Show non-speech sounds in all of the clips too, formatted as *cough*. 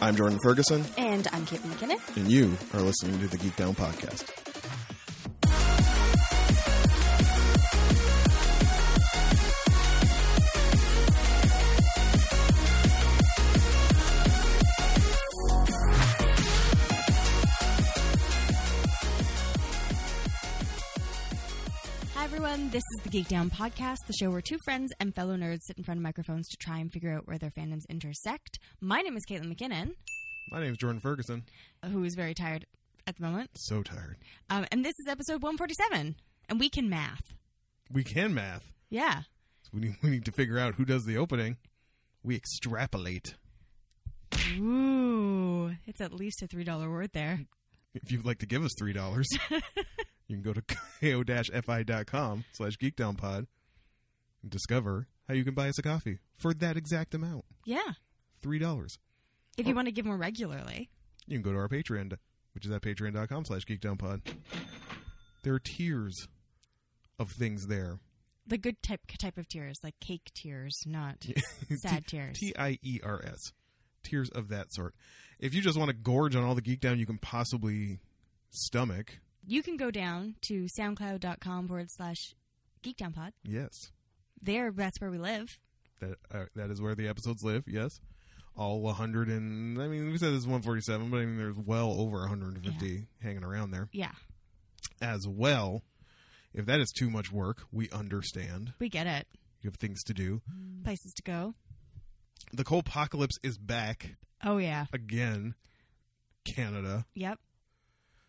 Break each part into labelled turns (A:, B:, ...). A: I'm Jordan Ferguson,
B: And I'm Kate McKinnon.
A: and you are listening to the Geek Down Podcast.
B: Hi, everyone. This is the Geek Down Podcast, the show where two friends and fellow nerds sit in front of microphones to try and figure out where their fandoms intersect. My name is Caitlin McKinnon,
A: My name is Jordan Ferguson.
B: who is very tired at the moment.
A: So tired.
B: Um, and this is episode 147, and we can math.
A: We can math.
B: Yeah.
A: So we, need, we need to figure out who does the opening. We extrapolate.
B: Ooh. It's at least a $3 word there.
A: If you'd like to give us $3, you can go to ko-fi.com slash geekdownpod and discover how you can buy us a coffee for that exact amount,
B: Yeah.
A: $3.
B: If you want to give more regularly.
A: you can go to our Patreon, which is at patreon.com slash geekdownpod. There are tiers of things there. *laughs*
B: The good type type of tears, like cake tears, not sad tears.
A: E T-I-E-R-S. Tiers of that sort. If you just want to gorge on all the geek down you can possibly stomach,
B: You can go down to soundcloud.com forward slash geekdownpod.
A: yes.
B: There, that's where we live.
A: That uh, that is where the episodes live, yes. All 100 and I mean we said this is 147, but I mean there's well over 150 hanging around there
B: Yeah,
A: as well. If that is too much work, we understand.
B: we get it.
A: You have things to do.
B: Places to go.
A: The cold apocalypse is back
B: Oh, yeah.
A: again, Canada.
B: Yep.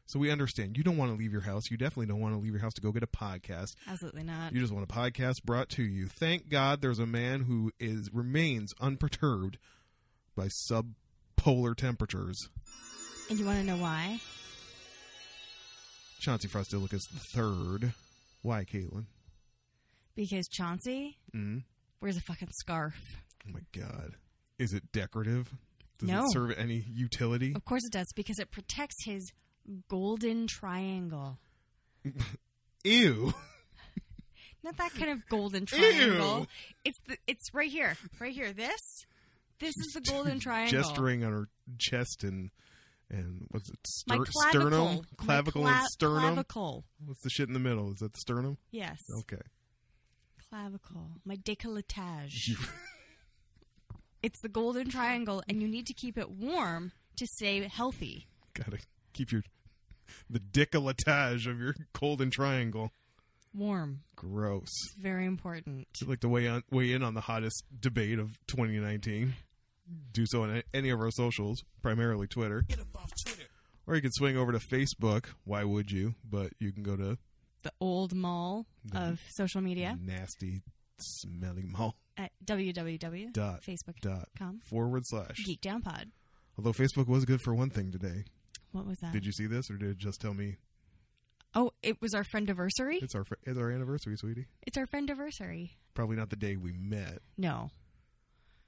A: So we understand you don't want to leave your house. You definitely don't want to leave your house to go get a podcast.
B: Absolutely not.
A: You just want a podcast brought to you. Thank God there's a man who is remains unperturbed by subpolar temperatures.
B: And you want to know why?
A: Chauncey Frostilicus the third. Why, Caitlin?
B: Because Chauncey
A: Mm.
B: wears a fucking scarf. *laughs*
A: Oh my God, is it decorative? Does
B: No.
A: it serve any utility?
B: Of course it does, because it protects his golden triangle.
A: Ew.
B: Not that kind of *laughs* golden triangle. It's the, it's right here, right here. This, this is the
A: *laughs*
B: *laughs* golden triangle.
A: gesturing on her chest and and what's it
B: My
A: ster-
B: clavicle,
A: sternum
B: My
A: clavicle
B: cla-
A: and sternum
B: Clavicle.
A: what's the shit in the middle is that the sternum
B: Yes,
A: okay
B: clavicle. My décolletage.
A: You-
B: *laughs* It's the golden triangle, and you need to keep it warm to stay healthy.
A: gotta keep your the décolletage of your golden triangle
B: Warm.
A: gross
B: It's very important.
A: I'd like to weigh, on, weigh in on the hottest debate of 2019 do so on a- any of our socials primarily twitter or you can swing over to facebook why would you but you can go to
B: The old mall
A: The-
B: of social media
A: nasty smelly mall
B: at
A: Mm. dot
B: www.facebook.com
A: dot forward slash
B: geekdownpod.
A: Although Facebook was good for one thing today.
B: What was that?
A: Did you see this, or did it just tell me
B: oh, it was our friendiversary. It's,
A: it's our it's our anniversary, sweetie?
B: our friendiversary.
A: Probably not the day we met,
B: No.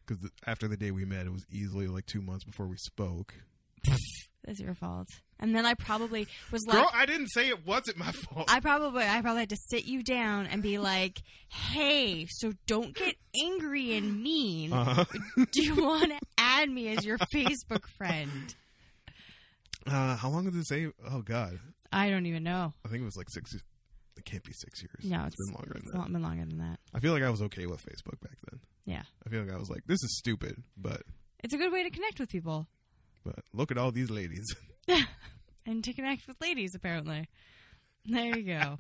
A: because after the day we met, it was easily like two months before we spoke.
B: That's your fault. And then I probably was like
A: Girl, I didn't say it wasn't my fault.
B: I probably I probably had to sit you down and be like, "Hey, so don't get angry and mean.
A: *laughs* Uh-huh.
B: Do you want to add me as your Facebook friend?"
A: Uh, how long did it say? Oh God,
B: I don't even know.
A: I think it was like six. It can't be six years.
B: No,
A: it's
B: it's-
A: been longer than
B: It's
A: that.
B: not been longer than that.
A: I feel like I was okay with Facebook back then.
B: Yeah.
A: I feel like I was like, this is stupid, but
B: It's a good way to connect with people
A: but look at all these ladies. *laughs*
B: and to connect with ladies, apparently. There
A: *laughs*
B: you go.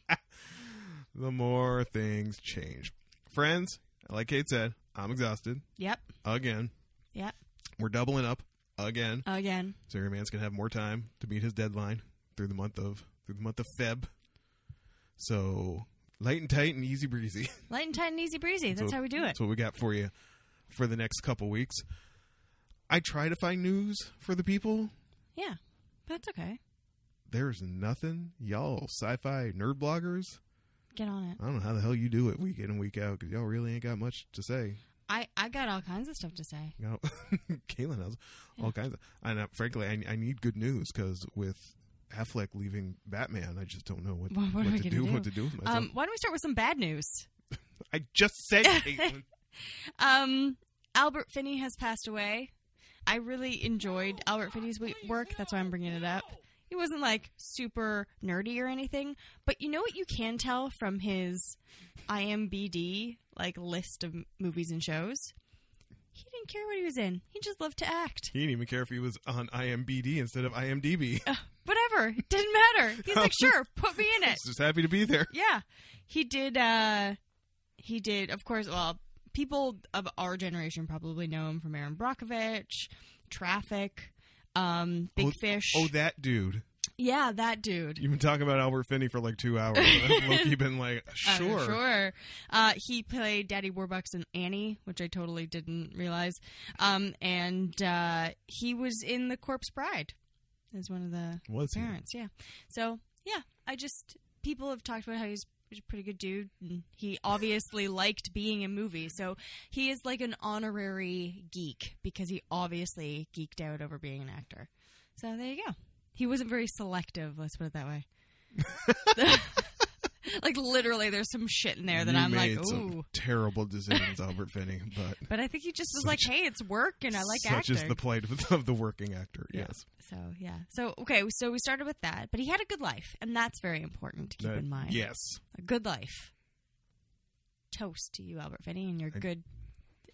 A: the more things change, friends. Like Kate said, I'm exhausted
B: yep.
A: again.
B: Yep.
A: We're doubling up again,
B: Again.
A: so your man's gonna have more time to meet his deadline through the month of through the month of Feb. So light and tight and easy breezy. *laughs*
B: Light and tight and easy breezy. That's how we do it.
A: That's what we got for you for the next couple weeks. I try to find news for the people.
B: Yeah. But it's okay.
A: There's nothing, y'all sci-fi nerd bloggers.
B: Get on it.
A: I don't know how the hell you do it week in and week out because y'all really ain't got much to say.
B: I, I got all kinds of stuff to say.
A: *laughs* You know, Caitlin has all kinds of. And uh, frankly, I, I need good news because with Affleck leaving Batman, I just don't know what,
B: What- what are we
A: to
B: gonna
A: do,
B: do?
A: What to do with myself?
B: Um, why don't we start with some bad news? *laughs*
A: I just said Caitlin.
B: Um, Albert Finney has passed away. I really enjoyed Albert Finney's we- work. That's why I'm bringing it up. He wasn't like super nerdy or anything, but you know what you can tell from his IMBD like list of m- movies and shows. He didn't care what he was in. He just loved to act.
A: He didn't even care if he was on IMBD instead of IMDb.
B: Whatever, it didn't matter. He's like, sure, put me in it.
A: He's just happy to be there.
B: Yeah, he did. uh He did, of course. Well, people of our generation probably know him from Aaron Brockovich, Traffic, um, Big
A: Oh,
B: Fish.
A: Oh, that dude.
B: yeah, that dude.
A: You've been talking about Albert Finney for like two hours.
B: *laughs*
A: You've been like,
B: Uh,
A: sure.
B: sure. Uh, he played Daddy Warbucks in Annie, which I totally didn't realize. Um, and uh, he was in The Corpse Bride as one of the
A: Was he?
B: parents. Yeah. So yeah, I just people have talked about how he's. He's a pretty good dude. And
A: *laughs*
B: he obviously liked being in movies, so he is like an honorary geek because he obviously geeked out over being an actor. So there you go. He wasn't very selective. Let's put it that
A: *laughs*
B: way. like literally, there's some shit in there that
A: You
B: I'm like,
A: made some
B: ooh.
A: terrible decisions, Albert Finney, but
B: But I think he just was
A: Such-
B: like, hey, it's work, and I like
A: such
B: acting.
A: is the plight of, of the working actor.
B: Yeah.
A: Yes,
B: So yeah. So okay. So we started with that, but he had a good life, and that's very important to keep
A: That-
B: in mind.
A: Yes,
B: a good life. Toast to you, Albert Finney, and your
A: I-
B: good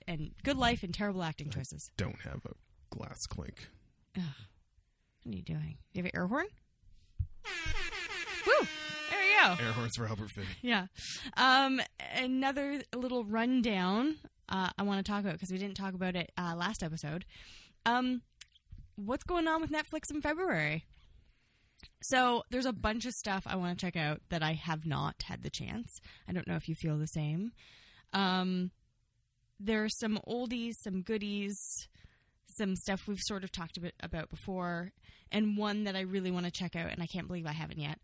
B: and good life and terrible acting choices.
A: don't have a glass clink.
B: What are you doing? Do you have an air horn? Woo! There you go.
A: Air horns for Albert Finney.
B: Yeah. Um, another little rundown uh, I want to talk about because we didn't talk about it uh, last episode. Um, what's going on with Netflix in February? So there's a bunch of stuff I want to check out that I have not had the chance. I don't know if you feel the same. Um, there are some oldies, some goodies, some stuff we've sort of talked a bit about before, and one that I really want to check out, and I can't believe I haven't yet.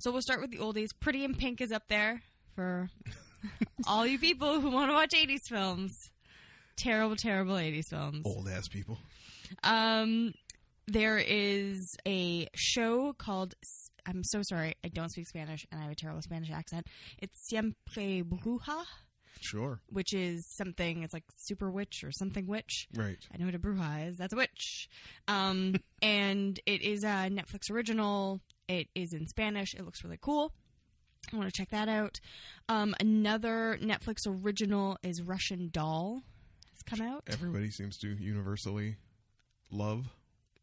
B: So we'll start with the oldies. Pretty in Pink is up there for *laughs* all you people who want to watch 80s films. Terrible, terrible 80s films.
A: Old ass people.
B: Um, there is a show called. I'm so sorry, I don't speak Spanish and I have a terrible Spanish accent. It's Siempre Bruja,
A: Sure.
B: which is something. It's like super witch or something witch.
A: Right.
B: I know what a bruja is. That's a witch. Um, and it is a Netflix original. It is in Spanish. It looks really cool. I want to check that out. Um, another Netflix original is Russian Doll. Has come out,
A: Everybody seems to universally love.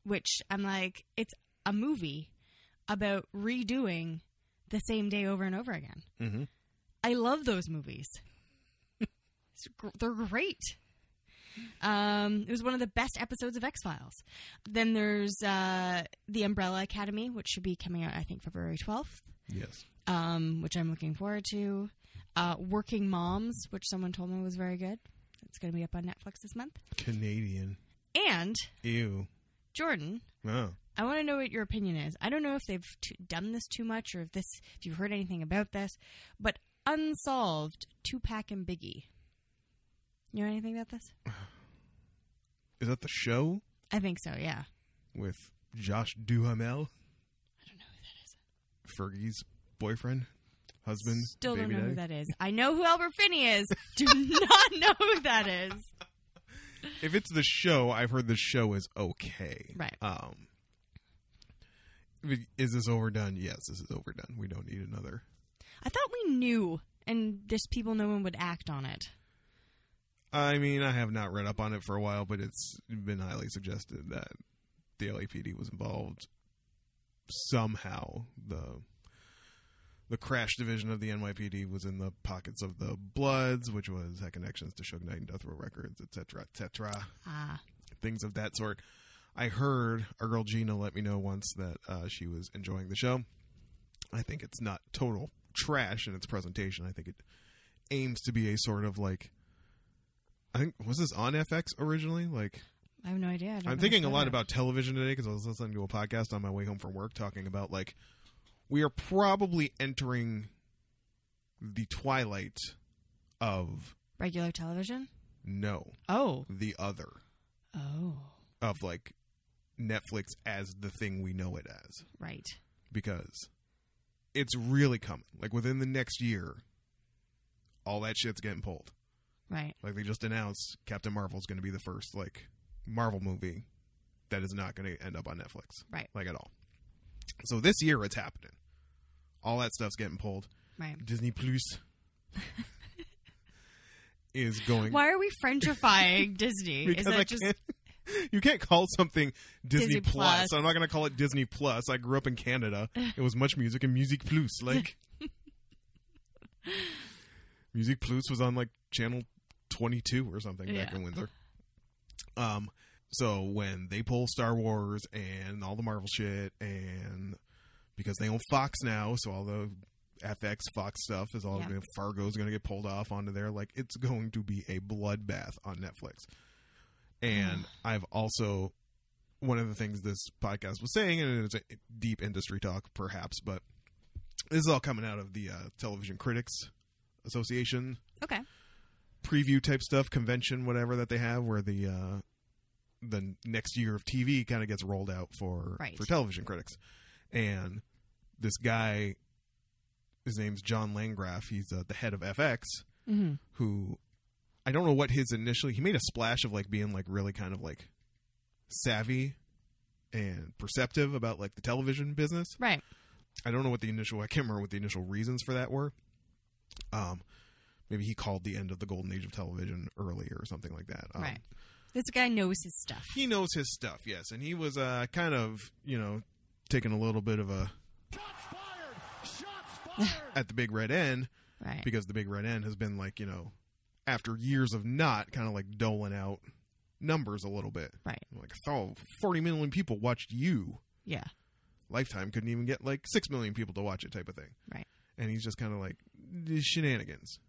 B: which I'm like, it's a movie about redoing the same day over and over again.
A: Mm-hmm.
B: I love those movies. *laughs* It's gr- They're great. Um, it was one of the best episodes of X Files. Then there's uh, the Umbrella Academy, which should be coming out, I think, February 12th,
A: Yes.
B: um, which I'm looking forward to. Uh, Working Moms, which someone told me was very good. It's going to be up on Netflix this month.
A: Canadian.
B: And
A: Ew.
B: Jordan,
A: Oh.
B: I want to know what your opinion is. I don't know if they've t- done this too much or if this, if you've heard anything about this, but unsolved Tupac and Biggie. You know anything about this?
A: Is that the show
B: I think so. Yeah.
A: with Josh Duhamel,
B: I don't know who that is.
A: Fergie's boyfriend, husband,
B: Still
A: baby
B: don't know who
A: daddy?
B: that is. I know who Albert Finney is. *laughs* Do not know who that is.
A: If it's the show, I've heard the show is okay.
B: Right.
A: Um. Is this overdone? Yes, this is overdone. We don't need another.
B: I thought we knew, and there's people no one would act on it.
A: I mean, I have not read up on it for a while, but it's been highly suggested that the LAPD was involved somehow. The the crash division of the NYPD was in the pockets of the Bloods, which was had connections to Suge Knight and Death Row Records, etc., cetera, etc. Cetera,
B: Ah,
A: things of that sort. I heard our girl Gina let me know once that uh, she was enjoying the show. I think it's not total trash in its presentation. I think it aims to be a sort of like. I think was this on FX originally? Like
B: I have no idea. I don't
A: I'm
B: know
A: thinking a
B: much
A: lot
B: about
A: about television today because I was listening to a podcast on my way home from work talking about like we are probably entering the twilight of
B: it. regular television.
A: no
B: Oh,
A: the other
B: oh,
A: of like Netflix as the thing we know it as
B: right.
A: because it's really coming. Like within the next year, all that shit's getting pulled.
B: Right.
A: Like they just announced Captain Marvel's going to be the first like Marvel movie that is not going to end up on Netflix.
B: Right.
A: Like at all. So this year it's happening. All that stuff's getting pulled.
B: Right.
A: Disney Plus
B: *laughs*
A: is going
B: Why are we Frenchifying *laughs* Disney?
A: because
B: Is
A: I
B: that just
A: can't. You can't *laughs* call something Disney,
B: Disney
A: Plus.
B: Plus.
A: I'm not going to call it Disney Plus. I grew up in
B: *laughs*
A: Canada. It was much music and Music Plus. Like Music Plus was on like channel 22 or something back
B: Yeah.
A: in Windsor. Um, so when they pull Star Wars and all the Marvel shit, and because they own Fox now, so all the FX Fox stuff is all
B: Yeah.
A: gonna, Fargo's going to get pulled off onto there. Like it's going to be a bloodbath on Netflix. And I've also one of the things this podcast was saying, and it's a deep industry talk, perhaps, but this is all coming out of the uh, Television Critics Association
B: okay?
A: preview type stuff, convention, whatever that they have, where the uh, the next year of TV kind of gets rolled out for
B: Right.
A: for television critics. And this guy, his name's John Landgraf. He's uh, the head of FX,
B: Mm-hmm.
A: who I don't know what his initially. He made a splash of like being like really kind of like savvy and perceptive about like the television business.
B: Right.
A: I don't know what the initial I can't remember what the initial reasons for that were. Um, maybe he called the end of the golden age of television early or something like that. Um,
B: Right. This guy knows his stuff.
A: He knows his stuff, yes, and he was uh, kind of you know taking a little bit of a *laughs* at the big red end
B: Right.
A: because the big red end has been like you know after years of not kind of like doling out numbers a little bit.
B: Right.
A: Like oh, 40 million people watched you.
B: Yeah.
A: Lifetime couldn't even get like six million people to watch it, type of thing.
B: Right.
A: And he's just kind of like "These shenanigans.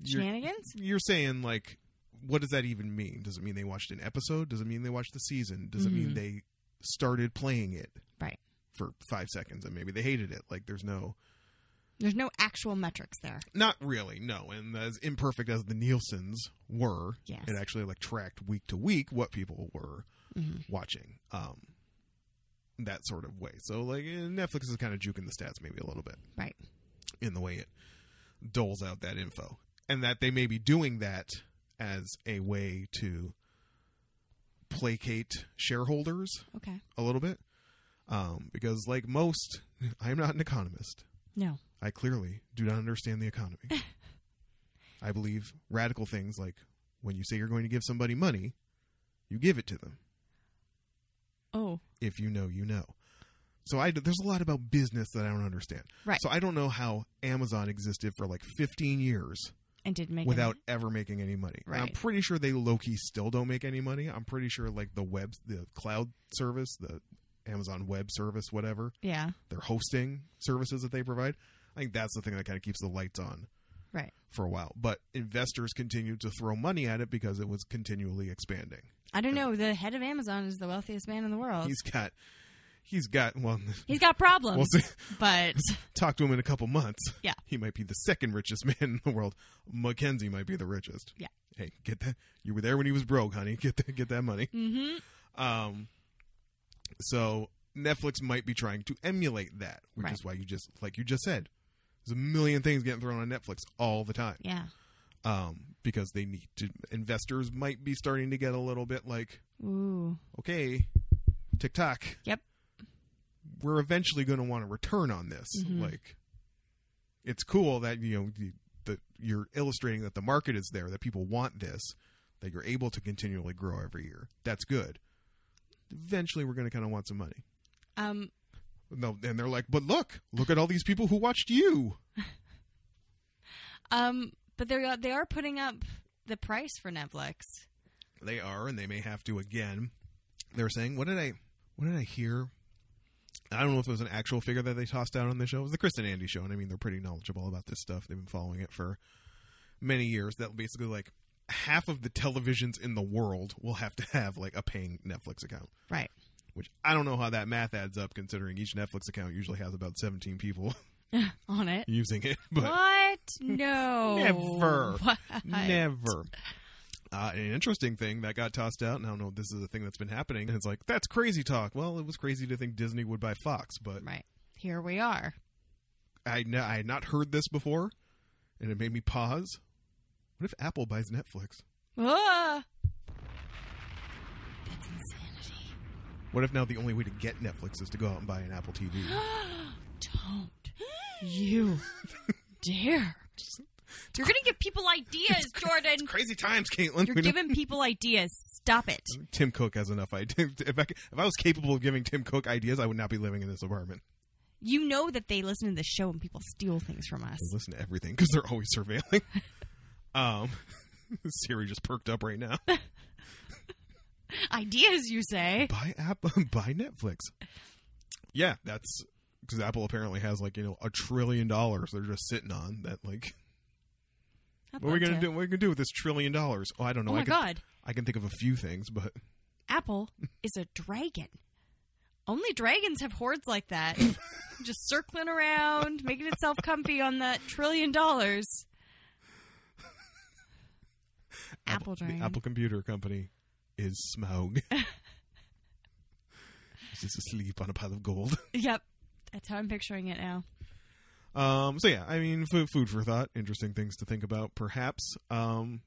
A: You're-
B: Shenanigans.
A: You're saying like, what does that even mean? Does it mean they watched an episode? Does it mean they watched the season? Does it mean
B: Mhm.
A: they started playing it?
B: Right.
A: For five seconds, and maybe they hated it. Like, there's no,
B: There's no actual metrics there.
A: not really, no. And as imperfect as the Nielsen's were,
B: Yes.
A: it actually like tracked week to week what people were
B: hmm
A: watching um that sort of way so like eh, netflix is kind of juking the stats maybe a little bit
B: Right.
A: in the way it doles out that info and that they may be doing that as a way to placate shareholders
B: Okay.
A: a little bit um because like most *laughs* i'm not an economist
B: No.
A: i clearly do not understand the economy i believe radical things like when you say you're going to give somebody money you give it to them
B: Oh.
A: if you know you know so i there's a lot about business that i don't understand
B: Right.
A: so i don't know how amazon existed for like 15 years
B: And did make
A: without ever making any money And i'm
B: Right.
A: pretty sure they low-key still don't make any money i'm pretty sure like the web the cloud service the amazon web service whatever
B: Any, yeah.
A: their hosting services that they provide i think that's the thing that kind of keeps the lights on
B: Right.
A: for a while but investors continued to throw money at it because it was continually expanding
B: I don't know. The head of Amazon is the wealthiest man in the world.
A: he's got he's got well
B: he's got problems,
A: we'll see
B: *laughs* but
A: talk to him in a couple months.
B: Yeah.
A: He might be the second richest *laughs* man in the world. Mackenzie might be the richest.
B: Yeah.
A: Hey, get that. You were there when he was broke, honey. *laughs* Get that, get that money.
B: hmm
A: Um, so Netflix might be trying to emulate that, which
B: Right.
A: is why you just, like you just said, there's a million things getting thrown on Netflix all the time.
B: yeah.
A: Um, because they need to, investors might be starting to get a little bit like,
B: Ooh.
A: okay, TikTok.
B: Yep.
A: We're eventually going to want a return on this.
B: Mhm.
A: Like, it's cool that you know you, that you're illustrating that the market is there, that people want this, that you're able to continually grow every year. That's good. Eventually, we're going to kind of want some money.
B: Um.
A: No, and they're like, but look, look at all these people who watched you.
B: Um. But they're they are putting up the price for Netflix.
A: They are, and they may have to again. They're saying, what did I, what did I hear? I don't know if it was an actual figure that they tossed out on the show. It was the Chris and Andy show, and I mean they're pretty knowledgeable about this stuff. They've been following it for many years. That basically like half of the televisions in the world will have to have like a paying Netflix account,
B: Right.
A: which I don't know how that math adds up, considering each Netflix account usually has about seventeen people *laughs*
B: On it.
A: using it. But
B: what?
A: *laughs*
B: No.
A: Never.
B: What?
A: Never. Uh, an interesting thing that got tossed out, and I don't know if this is a thing that's been happening, and it's like, that's crazy talk. Well, it was crazy to think Disney would buy Fox, but
B: Right. Here we are.
A: I, kn- I had not heard this before, and it made me pause. What if Apple buys Netflix?
B: Ah.
A: What if now the only way to get Netflix is to go out and buy an Apple TV?
B: Don't *gasps* you dare. You're going to give people ideas, Jordan.
A: Crazy times, Caitlin.
B: You're
A: We Mm-hmm. don't-
B: giving people ideas. Stop it.
A: Tim Cook has enough ideas. *laughs* If I, c- if I was capable of giving Tim Cook ideas, I would not be living in this apartment.
B: You know that they listen to the show and people steal things from us.
A: They listen to everything because they're always
B: *laughs*
A: surveilling. um, *laughs* Siri just perked up right now.
B: Ideas, you say?
A: buy app *laughs* buy Netflix. Yeah, that's because Apple apparently has like you know a trillion dollars they're just sitting on that like *laughs*
B: I'd
A: what are we
B: love
A: gonna
B: to.
A: do what are we gonna do with this trillion dollars oh I don't know
B: oh
A: I
B: my
A: can
B: god.
A: I can think of a few things but
B: Apple is a dragon. Only dragons have hordes like
A: *laughs*
B: that. Just circling around, making itself comfy on that trillion dollars. *laughs* Apple
A: the
B: dragon.
A: *laughs* Apple Computer Company is
B: *laughs*
A: Smaug. He's just asleep on a pile of gold.
B: Yep. That's how I'm picturing it now.
A: Um, so yeah, I mean, food, food for thought, interesting things to think about, perhaps. Um,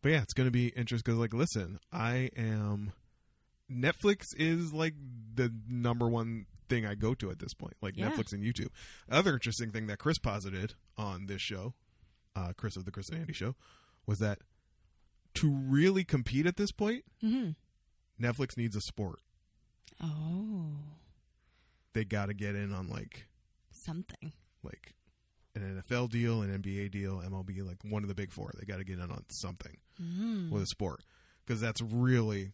A: but yeah, it's going to be interesting because, like, listen, I am Netflix is like the number one thing I go to at this point, like
B: Yeah.
A: Netflix and YouTube. Other interesting thing that Chris posited on this show, uh, Chris of the Chris and Andy Show, was that to really compete at this point,
B: hmm
A: Netflix needs a sport.
B: Oh,
A: They got to get in on like
B: something.
A: like an NFL deal, an NBA deal, MLB, like one of the big four. They got to get in on something
B: Mm.
A: with a sport because that's really,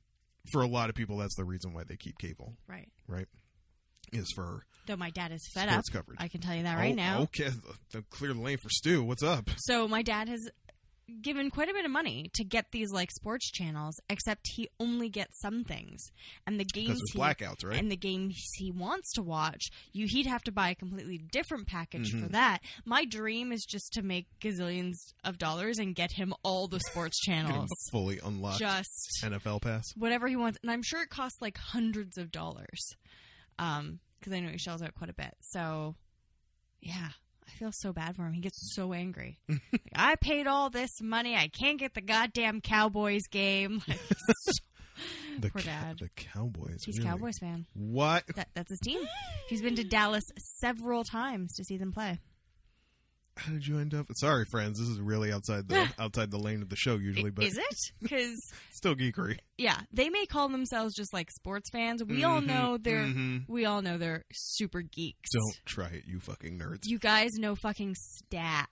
A: for a lot of people, that's the reason why they keep cable,
B: Right.
A: right? Is for
B: Though my dad is fed
A: sports
B: up.
A: coverage.
B: I can tell you that right
A: Oh,
B: now.
A: Okay, *laughs* the clear the lane for Stu. What's up?
B: So my dad has given quite a bit of money to get these like sports channels, except he only gets some things, and the games
A: Because there's
B: he
A: blackouts, right?
B: and the games he wants to watch, you he'd have to buy a completely different package for
A: Mhm.
B: that. My dream is just to make gazillions of dollars and get him all the sports
A: *laughs* Get him
B: channels,
A: fully unlocked
B: just
A: NFL pass.
B: whatever he wants, and I'm sure it costs like hundreds of dollars, um, because I know he shells out quite a bit. So, yeah, I feel so bad for him. He gets so
A: *laughs*
B: angry. like, I paid all this money, I can't get the goddamn Cowboys game. *laughs* Like,
A: The
B: Poor
A: Cow-
B: dad.
A: The Cowboys.
B: he's a
A: really.
B: Cowboys fan.
A: What?
B: That, that's his team. He's been to Dallas several times to see them play.
A: How did you end up? Sorry, friends. This is really outside
B: *laughs*
A: the outside the lane of the show usually, but
B: Is it? Because
A: still geekery.
B: yeah, they may call themselves just like sports fans. We all
A: Mhm,
B: know they're
A: mhm.
B: we all know they're super geeks.
A: Don't try it, you fucking nerds.
B: You guys know fucking stats.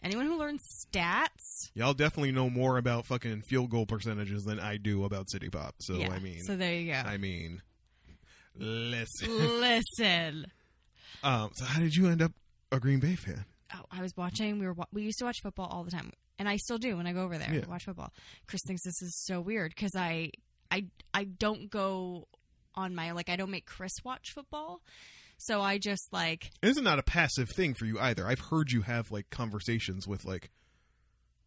B: Anyone who learns stats,
A: Y'all definitely know more about fucking field goal percentages than I do about City Pop. So
B: yeah.
A: I mean,
B: so there you go.
A: I mean, listen.
B: Listen,
A: um, so how did you end up a Green Bay fan?
B: oh, I was watching. We were wa- we used to watch football all the time, and I still do when I go over there.
A: Yeah.
B: Watch football. Chris thinks this is so weird because I I I don't go on my like I don't make Chris watch football, so I just like
A: This is not a passive thing for you either. I've heard you have like conversations with like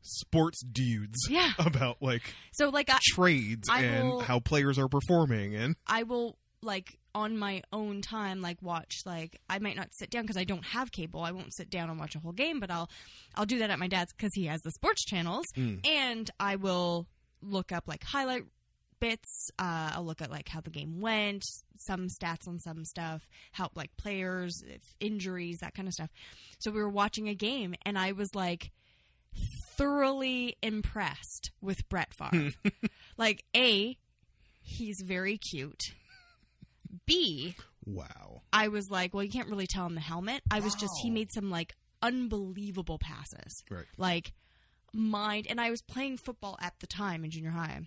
A: sports dudes
B: Yeah.
A: about like
B: so like I
A: trades
B: I
A: and
B: will-
A: how players are performing and
B: I will like on my own time like watch like I might not sit down because I don't have cable. I won't sit down and watch a whole game, but I'll I'll do that at my dad's because he has the sports channels,
A: Mm.
B: and I will look up like highlight bits. Uh, I'll look at like how the game went, some stats on some stuff, how like players, if injuries, that kind of stuff. So we were watching a game, and I was like thoroughly impressed with Brett Favre. like a, he's very cute. B,
A: wow.
B: I was like, well, you can't really tell in the helmet. I was just he
A: Wow.
B: made some like unbelievable passes
A: Right.
B: like mind and I was playing football at the time in junior high.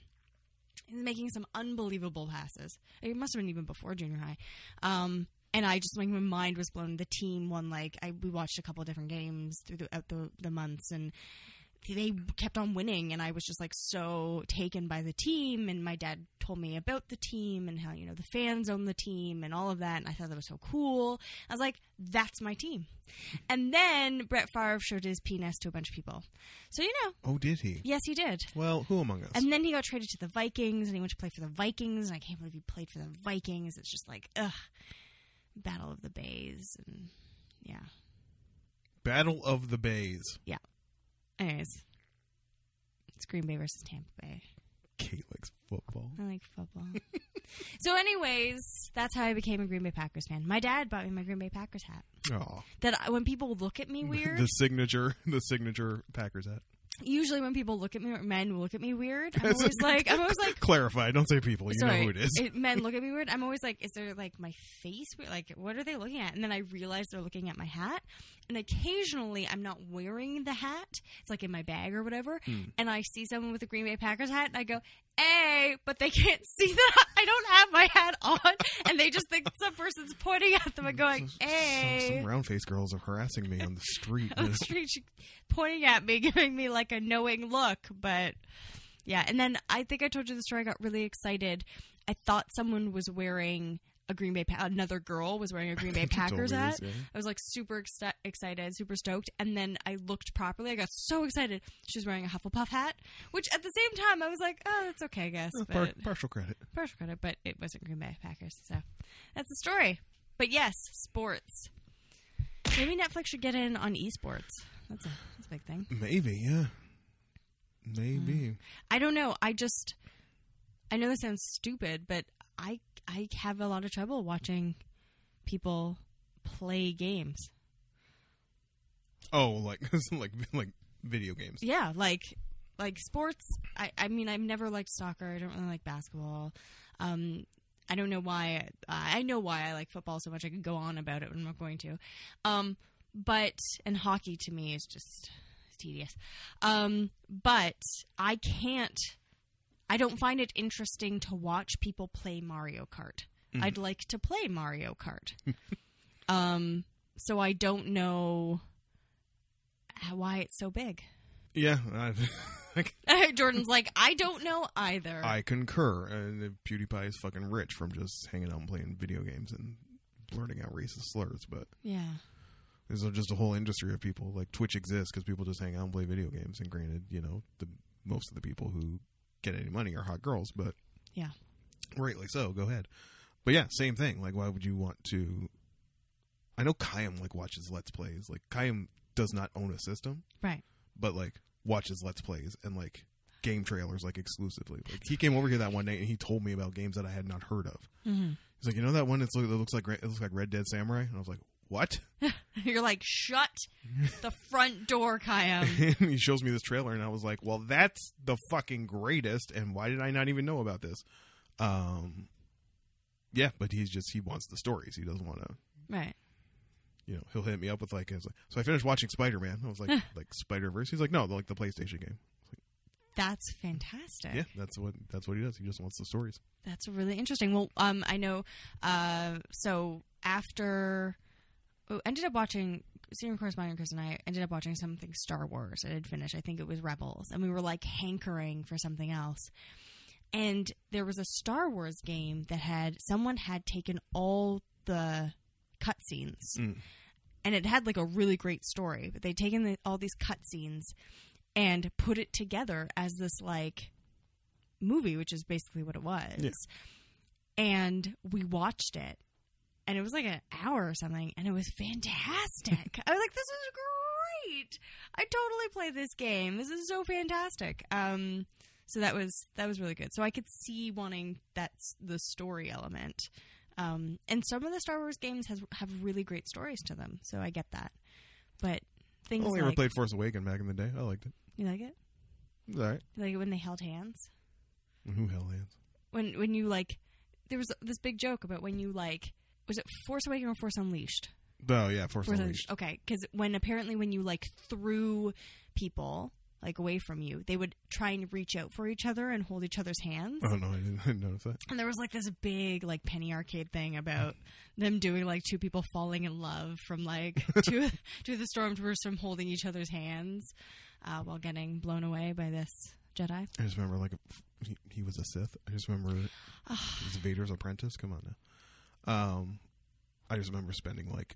B: And making some unbelievable passes. It must have been even before junior high. Um and I just like my mind was blown. The team won like I we watched a couple of different games throughout the the months and they kept on winning and I was just like so taken by the team and my dad told me about the team and how you know the fans own the team and all of that and I thought that was so cool. I was like that's my team. And then Brett Favre showed his penis to a bunch of people. So, you know,
A: Oh, did he?
B: yes, he did.
A: Well, who among us?
B: And then he got traded to the Vikings and he went to play for the Vikings. And I can't believe he played for the Vikings. It's just like, ugh, Battle of the Bays. And yeah.
A: Battle of the Bays.
B: Anyways, it's Green Bay versus Tampa Bay.
A: Kate likes football.
B: I like football. So, anyways, that's how I became a Green Bay Packers fan. My dad bought me my Green Bay Packers hat.
A: Oh,
B: That I, when people look at me weird,
A: the signature, the signature Packers hat.
B: usually when people look at me, or men will look at me weird. I'm
A: That's
B: always
A: a-
B: like,
A: *laughs*
B: I'm always like,
A: Clarify. Don't say people. You
B: sorry,
A: know who it is. *laughs*
B: it- men look at me weird. I'm always like, is there like my face? weird? Like, what are they looking at? And then I realize they're looking at my hat. And occasionally, I'm not wearing the hat. It's like in my bag or whatever.
A: Hmm.
B: And I see someone with a Green Bay Packers hat, and I go, "Hey!" But they *laughs* can't see that I don't have my hat on, and they just think some person's pointing at them and going,
A: So- so-
B: eh. "Hey!"
A: Hmm. Some round faced girls are harassing me on the
B: *laughs*
A: street. *laughs*
B: on the street, she- pointing at me, *laughs* giving me like a knowing look. But yeah, and then I think I told you the story. I got really excited. I thought someone was wearing a Green Bay. Pa- another girl was wearing a Green Bay
A: You told
B: Packers
A: me
B: hat.
A: this, yeah.
B: I was like super ex- excited, super stoked, and then I looked properly. I got so excited. She was wearing a Hufflepuff hat, which at the same time I was like, "Oh, that's okay, I guess."
A: Uh,
B: But
A: par- partial credit.
B: partial credit, but it wasn't Green Bay Packers, so that's the story. But yes, sports. Maybe Netflix should get in on esports. That's a that's a big thing.
A: Maybe, yeah. Maybe.
B: I don't know. I just I know this sounds stupid, but I I have a lot of trouble watching people play games.
A: Oh, like *laughs* like like video games.
B: Yeah, like like sports. I I mean, I've never liked soccer. I don't really like basketball. Um, I don't know why. I know why I like football so much. I could go on about it, but I'm not going to. Um, but and hockey to me is just tedious. Um, but I can't. I don't find it interesting to watch people play Mario Kart. I'd like to play Mario Kart. *laughs* um, so I don't know how, why it's so big.
A: Yeah, I, *laughs*
B: *laughs* Jordan's like, I don't know either.
A: I concur. And if PewDiePie is fucking rich from just hanging out and playing video games and blurting out racist slurs. But
B: yeah.
A: there's just a whole industry of people like Twitch exists because people just hang out and play video games. And granted, you know, the most of the people who get any money are hot girls, but
B: Yeah.
A: rightly so. Go ahead. But yeah, same thing. Like, why would you want to? I know Kayam like watches Let's Plays. Like Kayam does not own a system.
B: Right.
A: but like watches let's plays and like game trailers like exclusively. Like he came over here that one night and he told me about games that I had not heard of.
B: Mm-hmm.
A: He's like, you know that one that's, that looks like Re- it looks like Red Dead Samurai, and I was like, what?
B: *laughs* You're like, shut the front door,
A: *laughs*
B: Kayam.
A: and he shows me this trailer, and I was like, well, that's the fucking greatest. And why did I not even know about this? Um, yeah, but he's just he wants the stories. He doesn't want to.
B: right.
A: You know, he'll hit me up with like, it's like- so I finished watching Spider Man. I was like, like Spider Verse. He's like, no, like the PlayStation game.
B: That's fantastic.
A: Yeah, that's what that's what he does. He just wants the stories.
B: That's really interesting. Well, um, I know. Uh, so after, oh, ended up watching senior correspondent Chris and I ended up watching something Star Wars. I did finish. I think it was Rebels, and we were like hankering for something else. And there was a Star Wars game that had someone had taken all the cutscenes,
A: Mm.
B: and it had like a really great story. But they'd taken the, all these cutscenes and put it together as this like movie, which is basically what it was.
A: Yeah.
B: And we watched it. And it was like an hour or something, and it was fantastic. I was like, this is great. I totally play this game. This is so fantastic. Um so that was that was really good. So I could see wanting that's the story element. Um and some of the Star Wars games has have really great stories to them, so I get that. But things
A: Only Oh, ever
B: like
A: played Force Awaken back in the day. I liked it.
B: you like it?
A: It was all right.
B: You like it when they held hands?
A: Who held hands?
B: when when you like there was this big joke about when you like was it Force Awakened or Force Unleashed?
A: Oh yeah, Force, Unleashed.
B: Okay, because when apparently when you like threw people like away from you, they would try and reach out for each other and hold each other's hands.
A: Oh no, *laughs* I didn't, I didn't notice that.
B: And there was like this big like penny arcade thing about them doing like two people falling in love
A: *laughs*
B: from like two two of the stormtroopers from holding each other's hands uh, while getting blown away by this Jedi.
A: I just remember like a, he, he was a Sith. I just
B: *sighs*
A: remember it was Vader's apprentice. Come on now. Um, I just remember spending like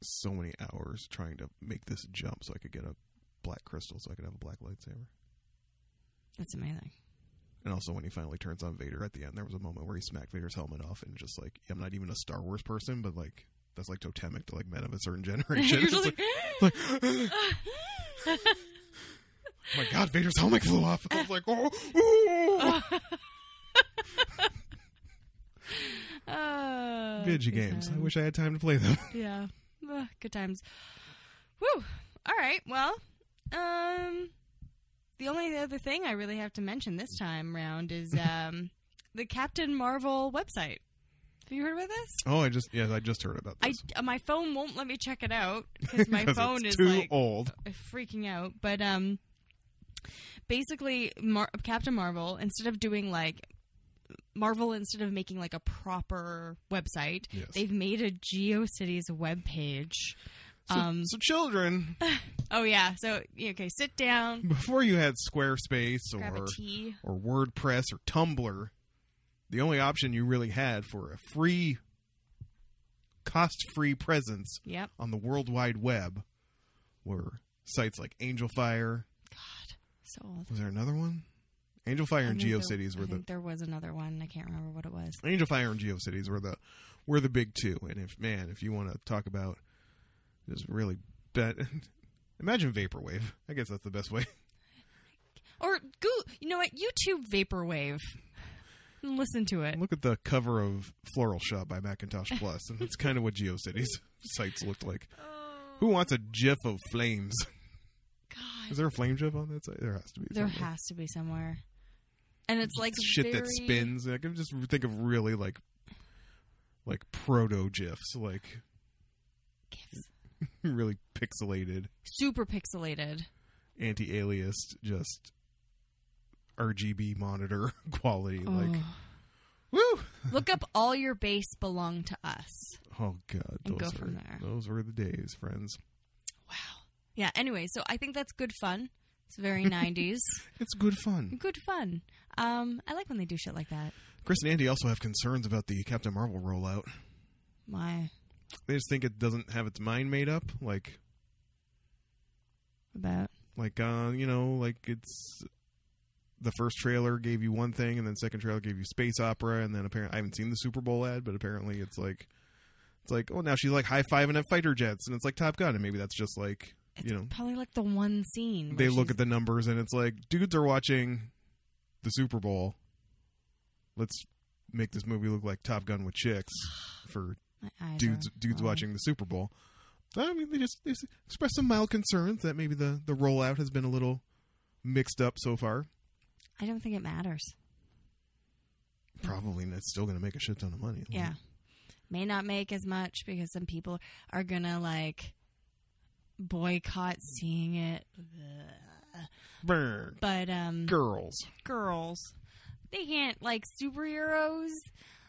A: so many hours trying to make this jump so I could get a black crystal so I could have a black lightsaber.
B: That's amazing.
A: And also when he finally turns on Vader at the end, there was a moment where he smacked Vader's helmet off and just like I'm not even a Star Wars person, but like that's like totemic to like men of a certain
B: *laughs*
A: generation.
B: You're
A: It's
B: just
A: like,
B: like-
A: like, *gasps* Oh my god, Vader's
B: *laughs*
A: helmet flew off. I was like, oh, ooh.
B: Uh,
A: Video
B: good
A: games. I
B: times.
A: wish I had time to play them. *laughs*
B: Yeah. Ugh, good times. Whew. All right. Well, um, the only other thing I really have to mention this time round
A: *laughs*
B: is um, the Captain Marvel website. Have you heard about this?
A: oh, I just yes, I just heard about
B: I
A: this.
B: uh, my phone won't let me check it out
A: *laughs*
B: because *laughs* my
A: 'Cause
B: phone
A: it's
B: is
A: too
B: like *laughs*
A: old.
B: freaking out. But um, basically, Mar- Captain Marvel instead of doing like Marvel instead of making like a proper website,
A: Yes.
B: they've made a GeoCities webpage.
A: So,
B: um,
A: so children, *laughs*
B: Oh yeah, so yeah, okay, sit down,
A: before you had Squarespace
B: grab
A: or
B: a tea.
A: or WordPress or Tumblr, the only option you really had for a free, cost-free presence
B: Yep.
A: on the World Wide Web were sites like Angel Fire.
B: God, so old.
A: Was there another one? Angel Fire
B: I
A: and
B: think there-
A: GeoCities
B: I
A: were the
B: think there was another one. I can't remember what it was.
A: Angel Fire and GeoCities were the were the big two. And if man, if you want to talk about just really bet, *laughs* imagine vaporwave. I guess that's the best way.
B: Or goo. You know what? YouTube Vaporwave. Listen to it.
A: Look at the cover of Floral Shop by Macintosh Plus, and that's kind of what GeoCities *laughs* sites looked like. Who wants a GIF of flames?
B: God,
A: Is there a flame GIF on that site? There has to be.
B: there
A: somewhere.
B: has to be somewhere. And it's like
A: shit that
B: very-
A: spins. I can just think of really like like proto gifs, like *laughs*
B: GIFs.
A: really pixelated,
B: Super pixelated.
A: anti-aliased, just RGB monitor *laughs* quality. *laughs* Like,
B: Oh.
A: woo!
B: Look up all your base belong to us.
A: Oh god,
B: And go
A: those
B: from there.
A: were those were the days, friends.
B: Wow. Yeah. Anyway, so I think that's good fun.
A: *laughs*
B: It's very nineties.
A: It's good fun.
B: good fun. Um, I like when they do shit like that.
A: Chris and Andy also have concerns about the Captain Marvel rollout.
B: My
A: They just think it doesn't have its mind made up. Like,
B: about
A: like uh you know like it's the first trailer gave you one thing and then second trailer gave you space opera and then apparently i haven't seen the super bowl ad but apparently it's like it's like oh now she's like high-fiving at fighter jets and it's like top gun and maybe that's just like
B: it's
A: you know
B: probably like the one scene.
A: Hmm? they look at the numbers and it's like dudes are watching the super bowl let's make this movie look like top gun with chicks for
B: the
A: dudes dudes watching the Super Bowl. I mean, they just, they just expressed some mild concerns that maybe the the rollout has been a little mixed up so far.
B: I don't think it matters.
A: Probably that's still going to make a shit ton of money.
B: Yeah, may not make as much because some people are gonna like boycott seeing it. Ugh.
A: Brr,
B: But um,
A: girls.
B: girls, they can't like superheroes.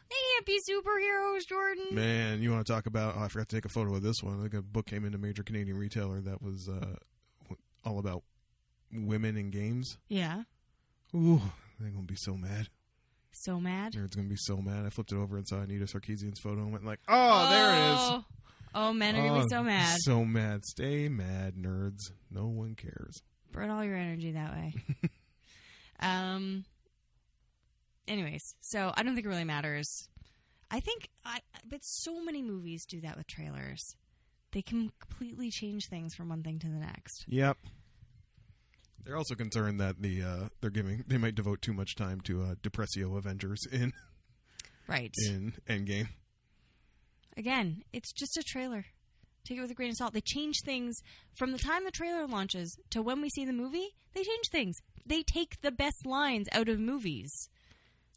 B: They can't be superheroes, Jordan.
A: Man, you want to talk about? Oh, I forgot to take a photo of this one. Like a book came into major Canadian retailer that was uh, w- all about women in games.
B: Yeah,
A: Ooh, they're going to be so mad.
B: so mad.
A: They're going to be so mad. I flipped it over and saw Anita Sarkeesian's photo and went like, "Oh, there it is."
B: Oh. Oh, men are gonna be
A: Oh, *laughs*
B: so mad.
A: So mad. Stay mad, nerds. No one cares.
B: burn all your energy that
A: *laughs*
B: way. um. Anyways, so I don't think it really matters. I think I, but so many movies do that with trailers. They can completely change things from one thing to the next.
A: Yep. They're also concerned that the uh, they're giving they might devote too much time to uh, Depressio Avengers in
B: Right.
A: in Endgame.
B: Again, it's just a trailer. Take it with a grain of salt. They change things from the time the trailer launches to when we see the movie. They change things. They take the best lines out of movies.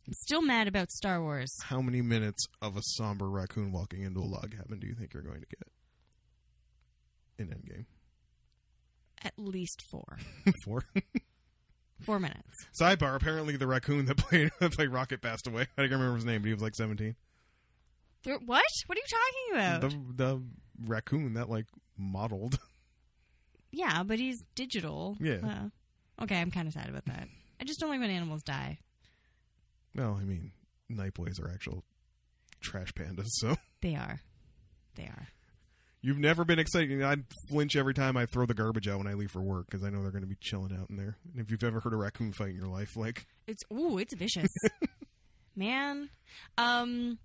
B: I'm still mad about Star Wars.
A: How many minutes of a somber raccoon walking into a log cabin do you think you're going to get in Endgame? *laughs*
B: At least four.
A: Four. *laughs*
B: Four minutes.
A: Sidebar: Apparently, the raccoon that played *laughs* that played Rocket passed away. I can't remember his name, but he was like seventeen.
B: There, what? What are you talking about?
A: The the raccoon that like modeled.
B: yeah, but he's digital.
A: Yeah.
B: Uh, okay, I'm kind of sad about that. I just don't like when animals die.
A: Well, I mean, night boys are actual trash pandas, *laughs* so
B: They are. They are.
A: you've never been excited. I flinch every time I throw the garbage out when I leave for work because I know they're going to be chilling out in there. And if you've ever heard a raccoon fight in your life, like
B: It's ooh, it's vicious. Man. Um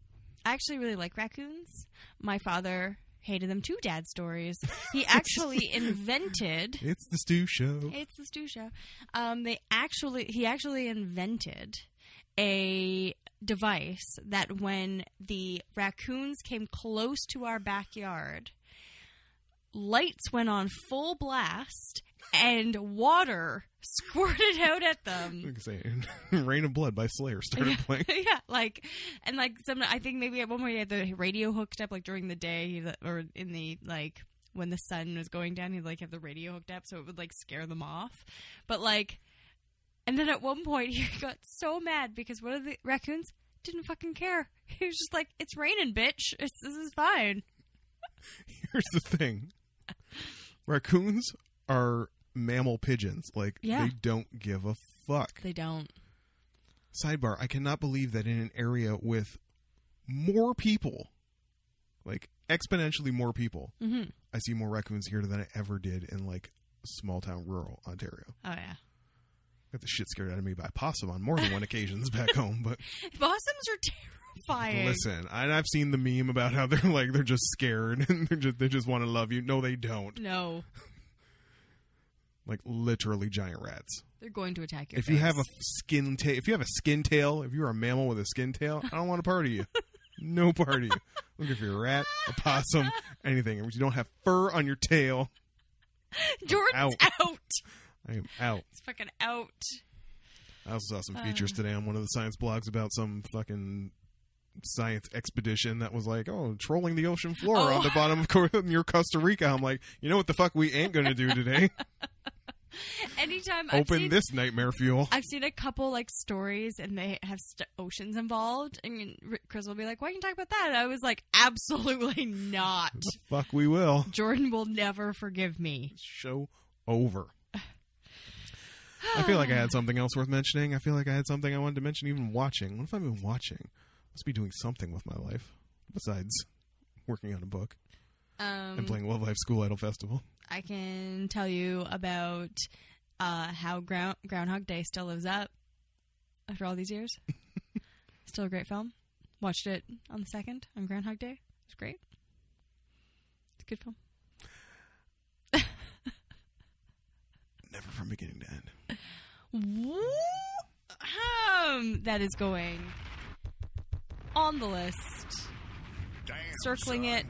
B: I actually really like raccoons. My father hated them too, dad stories. He actually invented
A: it's the stew show.
B: It's the Stu Show. Um, they actually, he actually invented a device that when the raccoons came close to our backyard, lights went on full blast and water *laughs* squirted out at them.
A: *laughs* Like I say, *laughs* Rain of Blood by Slayer
B: *laughs*
A: started playing. *laughs*
B: yeah, like and like some. I think maybe at one point he had the radio hooked up, like during the day, he- or in the like when the sun was going down, he'd like have the radio hooked up so it would like scare them off. But like, and then at one point he *laughs* got so mad because one of the raccoons didn't fucking care. *laughs* He was just like, "It's raining, bitch. It's, this is fine."
A: Here's the thing raccoons are mammal pigeons. Like,
B: Yeah.
A: they don't give a fuck.
B: They don't.
A: Sidebar I cannot believe that in an area with more people, like exponentially more people,
B: hmm
A: I see more raccoons here than I ever did in like small town rural Ontario.
B: Oh yeah,
A: Got the shit scared out of me by a possum on more than one occasions back home, but
B: possums are *laughs* terrifying.
A: Listen, and I've seen the meme about how they're like they're just scared *laughs* and they just they just want to love you. No, they don't.
B: No,
A: Like literally giant rats.
B: they're going to attack your.
A: If you have a
B: face.
A: skin tail, if you have a skin tail, if you're a mammal with a skin tail, I don't want a part of you. No part of you. Look if you're a rat, a possum, anything. If you don't have fur on your tail,
B: *laughs* Jordan's out.
A: I am out.
B: He's fucking out.
A: I also saw some
B: Uh.
A: features today on one of the science blogs about some fucking science expedition that was like, oh, trolling the ocean floor
B: Oh.
A: on the bottom of Cor- *laughs* near Costa Rica. I'm like, you know what the fuck we ain't gonna do today?
B: Anytime I've
A: Open
B: seen,
A: this nightmare fuel.
B: *laughs* I've seen a couple like stories and they have st- oceans involved, and R- Chris will be like, "Why can you talk about that?" And I was like, *laughs* "Absolutely not.
A: fuck, we will.
B: Jordan will never forgive me."
A: Show over. I feel like I had something else worth mentioning. I feel like I had something I wanted to mention. Even watching. What if I've been watching? Must be doing something with my life besides working on a book and
B: um,
A: playing Love Life School Idol Festival.
B: I can tell you about uh, how Ground- Groundhog Day still lives up after all these years. still a great film. Watched it on the second on Groundhog Day. It's great. It's a good film.
A: Never from beginning to end.
B: Um, that is going on the list. Circling it.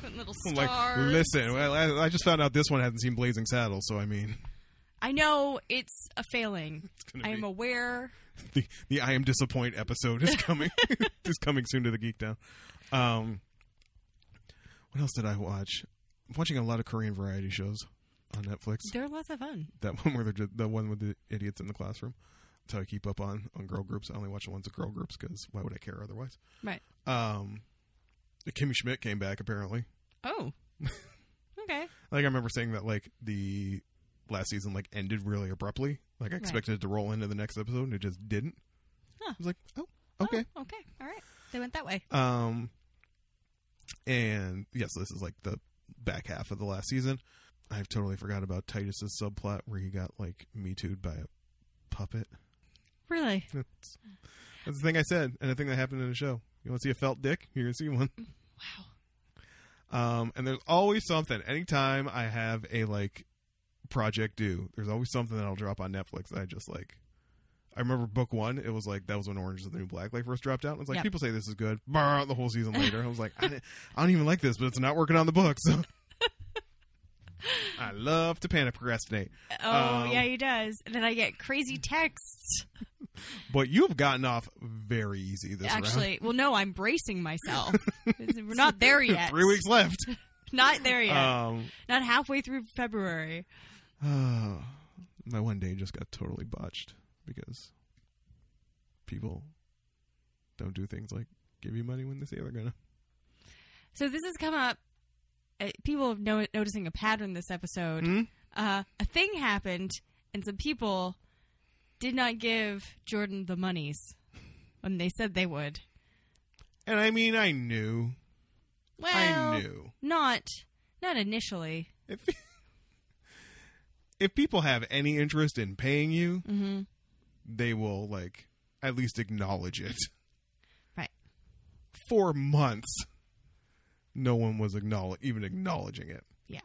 B: Putting little
A: *laughs* I'm
B: stars.
A: *laughs* Like, listen, well, I, I just found out this one hasn't seen Blazing Saddles, so I mean, *laughs*
B: I know it's a failing.
A: it's gonna
B: I am
A: be,
B: aware.
A: *laughs* the, the I am disappoint episode is
B: *laughs*
A: coming *laughs* is coming soon to the Geek Down. Um, what else did I watch? I'm watching a lot of Korean variety shows on Netflix.
B: They're lots of fun.
A: That one where they're just, the one with the idiots in the classroom. That's how I keep up on on girl groups. I only watch the ones with girl groups because why would I care otherwise?
B: Right.
A: Um, Kimmy Schmidt came back apparently. *laughs*
B: Oh. okay.
A: Like I remember saying that like the last season like ended really abruptly. Like I
B: Right.
A: expected it to roll into the next episode and it just didn't.
B: Huh.
A: I was like, oh, okay.
B: Oh, okay. All right. They went that way.
A: Um, and yes, this is like the back half of the last season. I've totally forgot about Titus's subplot where he got like me too'd by a puppet. *laughs*
B: Really?
A: That's, that's the thing I said, and the thing that happened in the show. You want to see a felt dick? You're gonna see one.
B: Wow.
A: Um, and there's always something. Anytime I have a like project due, there's always something that I'll drop on Netflix. that I just like. I remember book one. It was like that was when Orange is the New Black like first dropped out. It was like
B: Yep.
A: people say this is good. *laughs* Brr, the whole season later, I was like,
B: *laughs*
A: I, didn't- I don't even like this, but it's not working on the book. So *laughs* I love to panic procrastinate.
B: Oh,
A: Um,
B: yeah, he does. And then I get crazy texts.
A: But you've gotten off very easy this round.
B: Actually, well, no, I'm bracing myself. We're not there
A: *laughs*
B: yet.
A: Three weeks left.
B: *laughs* Not there yet.
A: Um,
B: Not halfway through February.
A: Ah, *sighs* my one day just got totally botched because people don't do things like give you money when they say they're gonna.
B: So this has come up. Uh, people have no- noticing a pattern this episode.
A: Mhm.
B: Uh, a thing happened, and some people did not give Jordan the monies when they said they would.
A: And I mean, I knew,
B: Well,
A: I knew.
B: not not initially.
A: If *laughs* if people have any interest in paying you,
B: hmm
A: they will like at least acknowledge it.
B: Right.
A: For months, no one was acknowledge even acknowledging it.
B: Yeah.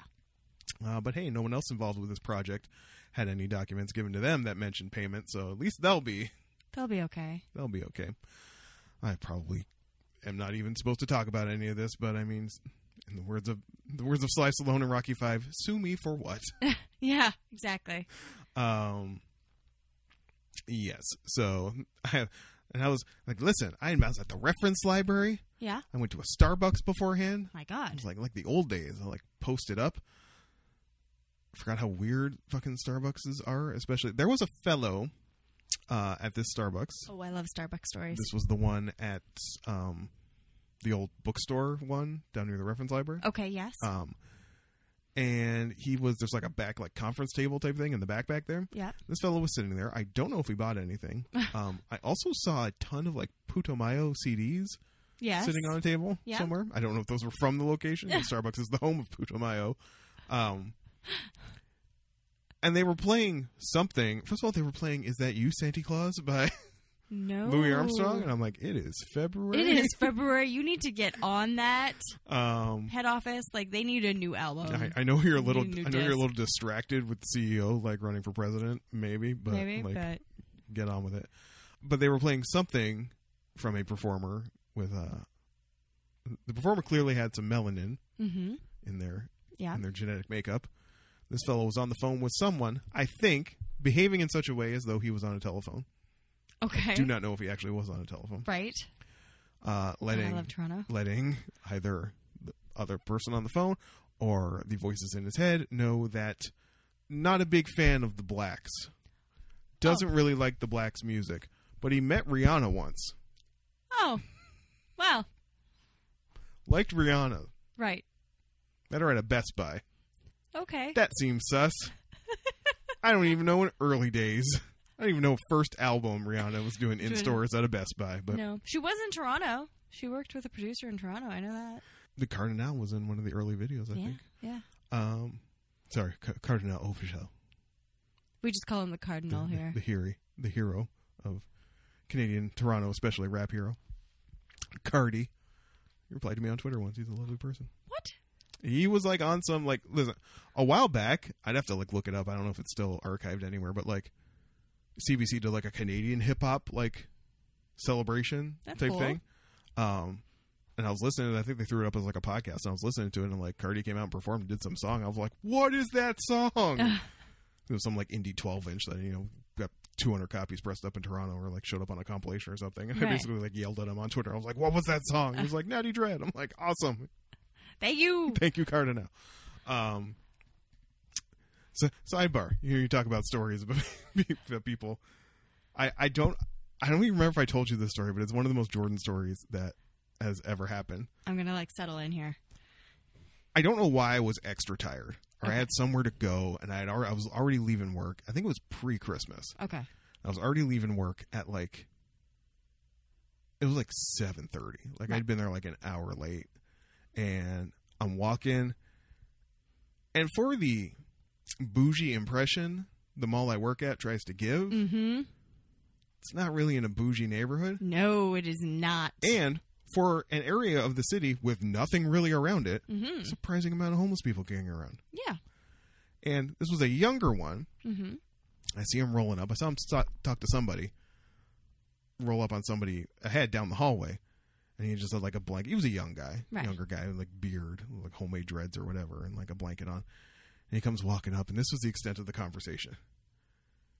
A: Uh, but hey, no one else involved with this project had any documents given to them that mentioned payment, so at least they'll be
B: They'll be okay.
A: They'll be okay. I probably am not even supposed to talk about any of this, but I mean, in the words of the words of Sly Stallone and Rocky Five, sue me for what?
B: Yeah, exactly.
A: Um, yes. So *laughs* I and I was like, listen, I was at the reference library.
B: Yeah.
A: I went to a Starbucks beforehand.
B: My
A: It
B: God.
A: was like like the old days. I like posted up. Forgot how weird fucking Starbuckses are. Especially there was a fellow uh, at this Starbucks.
B: Oh, I love Starbucks stories.
A: This was the one at um, the old bookstore one down near the reference library.
B: Okay. Yes.
A: Um, and he was there's like a back like conference table type thing in the back back there.
B: yeah.
A: This fellow was sitting there. I don't know if he bought anything. Um, I also saw a ton of like Putumayo CDs
B: Yes.
A: sitting on a table
B: Yeah.
A: somewhere. I don't know if those were from the location.
B: *laughs*
A: but Starbucks is the home of Putumayo. Um, and they were playing something. First of all, they were playing "Is That You, Santa Claus" by *laughs*
B: No.
A: Louis Armstrong, and I'm like, it is February.
B: Oh. It is February. You need to get on that
A: Um,
B: head office. Like they need a new album.
A: I, I know you're a
B: Need
A: little.
B: a new
A: I know you're a
B: desk.
A: little distracted with CEO like running for president, maybe, but
B: Maybe,
A: like
B: but
A: get on with it. But they were playing something from a performer with uh the performer clearly had some melanin
B: hmm
A: in their
B: Yeah.
A: in their genetic makeup. This fellow was on the phone with someone, I think, behaving in such a way as though he was on a telephone.
B: Okay.
A: Do not know if he actually was on a telephone.
B: right.
A: Uh
B: God,
A: letting
B: I love Toronto.
A: letting either the other person on the phone or the voices in his head know that not a big fan of the blacks doesn't
B: Oh.
A: really like the blacks music but he met rihanna once
B: Oh. Well.
A: liked rihanna
B: Right.
A: met her at a best buy
B: Okay.
A: that seems sus i don't even know in early days i don't even know first album rihanna was doing in
B: Doing-
A: stores at a best buy but
B: no, she was in Toronto. She worked with a producer in Toronto. I know that.
A: the cardinal was in one of the early videos i
B: yeah.
A: think
B: Yeah.
A: um sorry Ca- cardinal official
B: We just call him the
A: the,
B: Cardinal here.
A: *laughs* The, hero, the hero of Canadian Toronto, especially rap hero, Cardi. He replied to me on Twitter once. He's a lovely person.
B: What?
A: He was like on some like listen a while back. I'd have to like look it up. I don't know if it's still archived anywhere, but like CBC did like a Canadian hip hop like celebration
B: That's
A: type
B: cool.
A: thing. Um, and I was listening. and I think they threw it up as like a podcast. And I was listening to it, and like Cardi came out and performed and did some song. I was like, "What is that song?" it was some like indie twelve inch that you know got two hundred copies pressed up in Toronto, or like showed up on a compilation or something. And I
B: Right.
A: basically like yelled at him on Twitter. I was like, "What was that song?" He was like, "Natty Dread." I'm like, "Awesome,
B: Thank you.
A: *laughs* thank you, Cardinal." Um, so sidebar, you, you talk about stories about *laughs* people. I I don't I don't even remember if I told you this story, but it's one of the most Jordan stories that has ever happened.
B: I'm gonna like settle in here.
A: I don't know why I was extra tired, or I had somewhere to go, and I had already, I was already leaving work. I think it was pre Christmas.
B: Okay.
A: I was already leaving work at like it was like seven thirty. Like
B: Right.
A: I'd been there like an hour late, and I'm walking. And for the bougie impression the mall I work at tries to give,
B: Mm-hmm.
A: it's not really in a bougie neighborhood.
B: No, it is not.
A: And for an area of the city with nothing really around it,
B: Mm-hmm.
A: surprising amount of homeless people getting around.
B: Yeah.
A: And this was a younger one.
B: Mm-hmm.
A: I see him rolling up. I saw him st- talk to somebody, roll up on somebody ahead down the hallway, and he just had like a blanket. He was a young guy,
B: Right.
A: younger guy with like beard, like homemade dreads or whatever, and like a blanket on. And he comes walking up, and this was the extent of the conversation.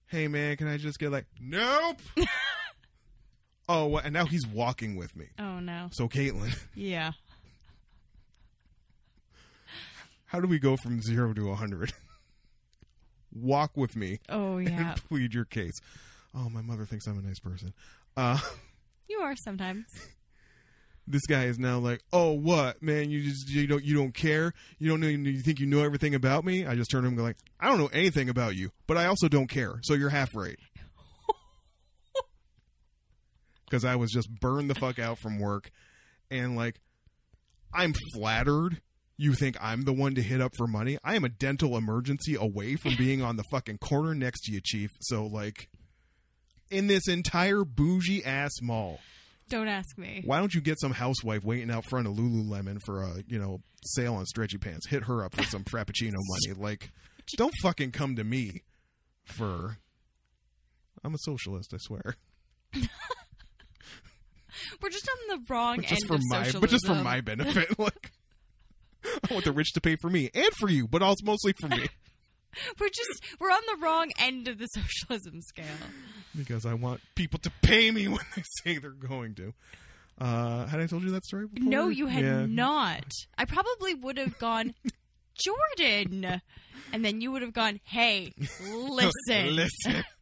A: Hey man, can I just get like
B: *laughs*
A: nope? oh, wha- and now he's walking with me.
B: Oh no.
A: So Caitlin, *laughs*
B: Yeah.
A: how do we go from zero to a hundred? *laughs* Walk with me
B: Oh yeah.
A: *laughs* and plead your case. Oh, my mother thinks I'm a nice person. Uh,
B: you are sometimes.
A: this guy is now like, oh, what, man? You just you don't you don't care. You don't know. You think you know everything about me? I just turn to him and go like, I don't know anything about you, but I also don't care. So you're half right. Because I was just burned the fuck out from work, and like, I'm flattered. You think I'm the one to hit up for money? I am a dental emergency away from being on the fucking corner next to you, chief. So like, in this entire bougie ass mall.
B: Don't ask me.
A: Why don't you get some housewife waiting out front of Lululemon for a you know sale on stretchy pants? Hit her up for some
B: *laughs*
A: frappuccino money. Like, don't fucking come to me for. I'm a socialist, I swear.
B: We're just on the wrong
A: But
B: end
A: just for
B: of
A: my,
B: socialism.
A: but just for my benefit. *laughs* Like, I want the rich to pay for me and for you, but also mostly for
B: *laughs*
A: me
B: We're just we're on the wrong end of the *laughs* socialism scale.
A: because I want people to pay me when they say they're going to. Uh, had I told you that story? before?
B: No, you had
A: Yeah.
B: not. I probably would have gone, Jordan, and then you would have gone,
A: *laughs*
B: Hey, listen.
A: *laughs* Listen.
B: I
A: *laughs*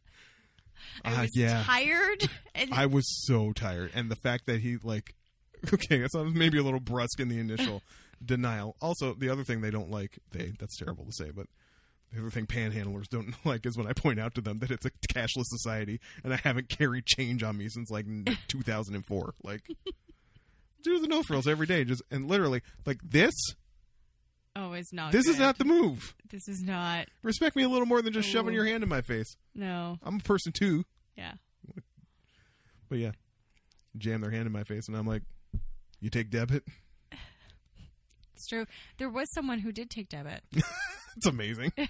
A: Ah,
B: was
A: yeah.
B: tired,
A: *laughs*
B: and
A: I was so tired, and the fact that he like, *laughs* okay, that sounds maybe a little brusque in the initial denial. Also, the other thing they don't like they that's terrible to say, but the other thing panhandlers don't *laughs* like is when I point out to them that it's a cashless society, and I haven't carried change on me since like 2004. Like, do the no frills every day, just and literally like this.
B: oh, it's not.
A: This is
B: good.
A: not the move.
B: This is not.
A: Respect me a little more than just shoving
B: Ooh.
A: your hand in my face.
B: No.
A: I'm a person too.
B: Yeah.
A: But yeah, jam their hand in my face, and I'm like, "You take debit?
B: It's true. There was someone who did
A: *laughs*
B: take debit.
A: It's amazing."
B: I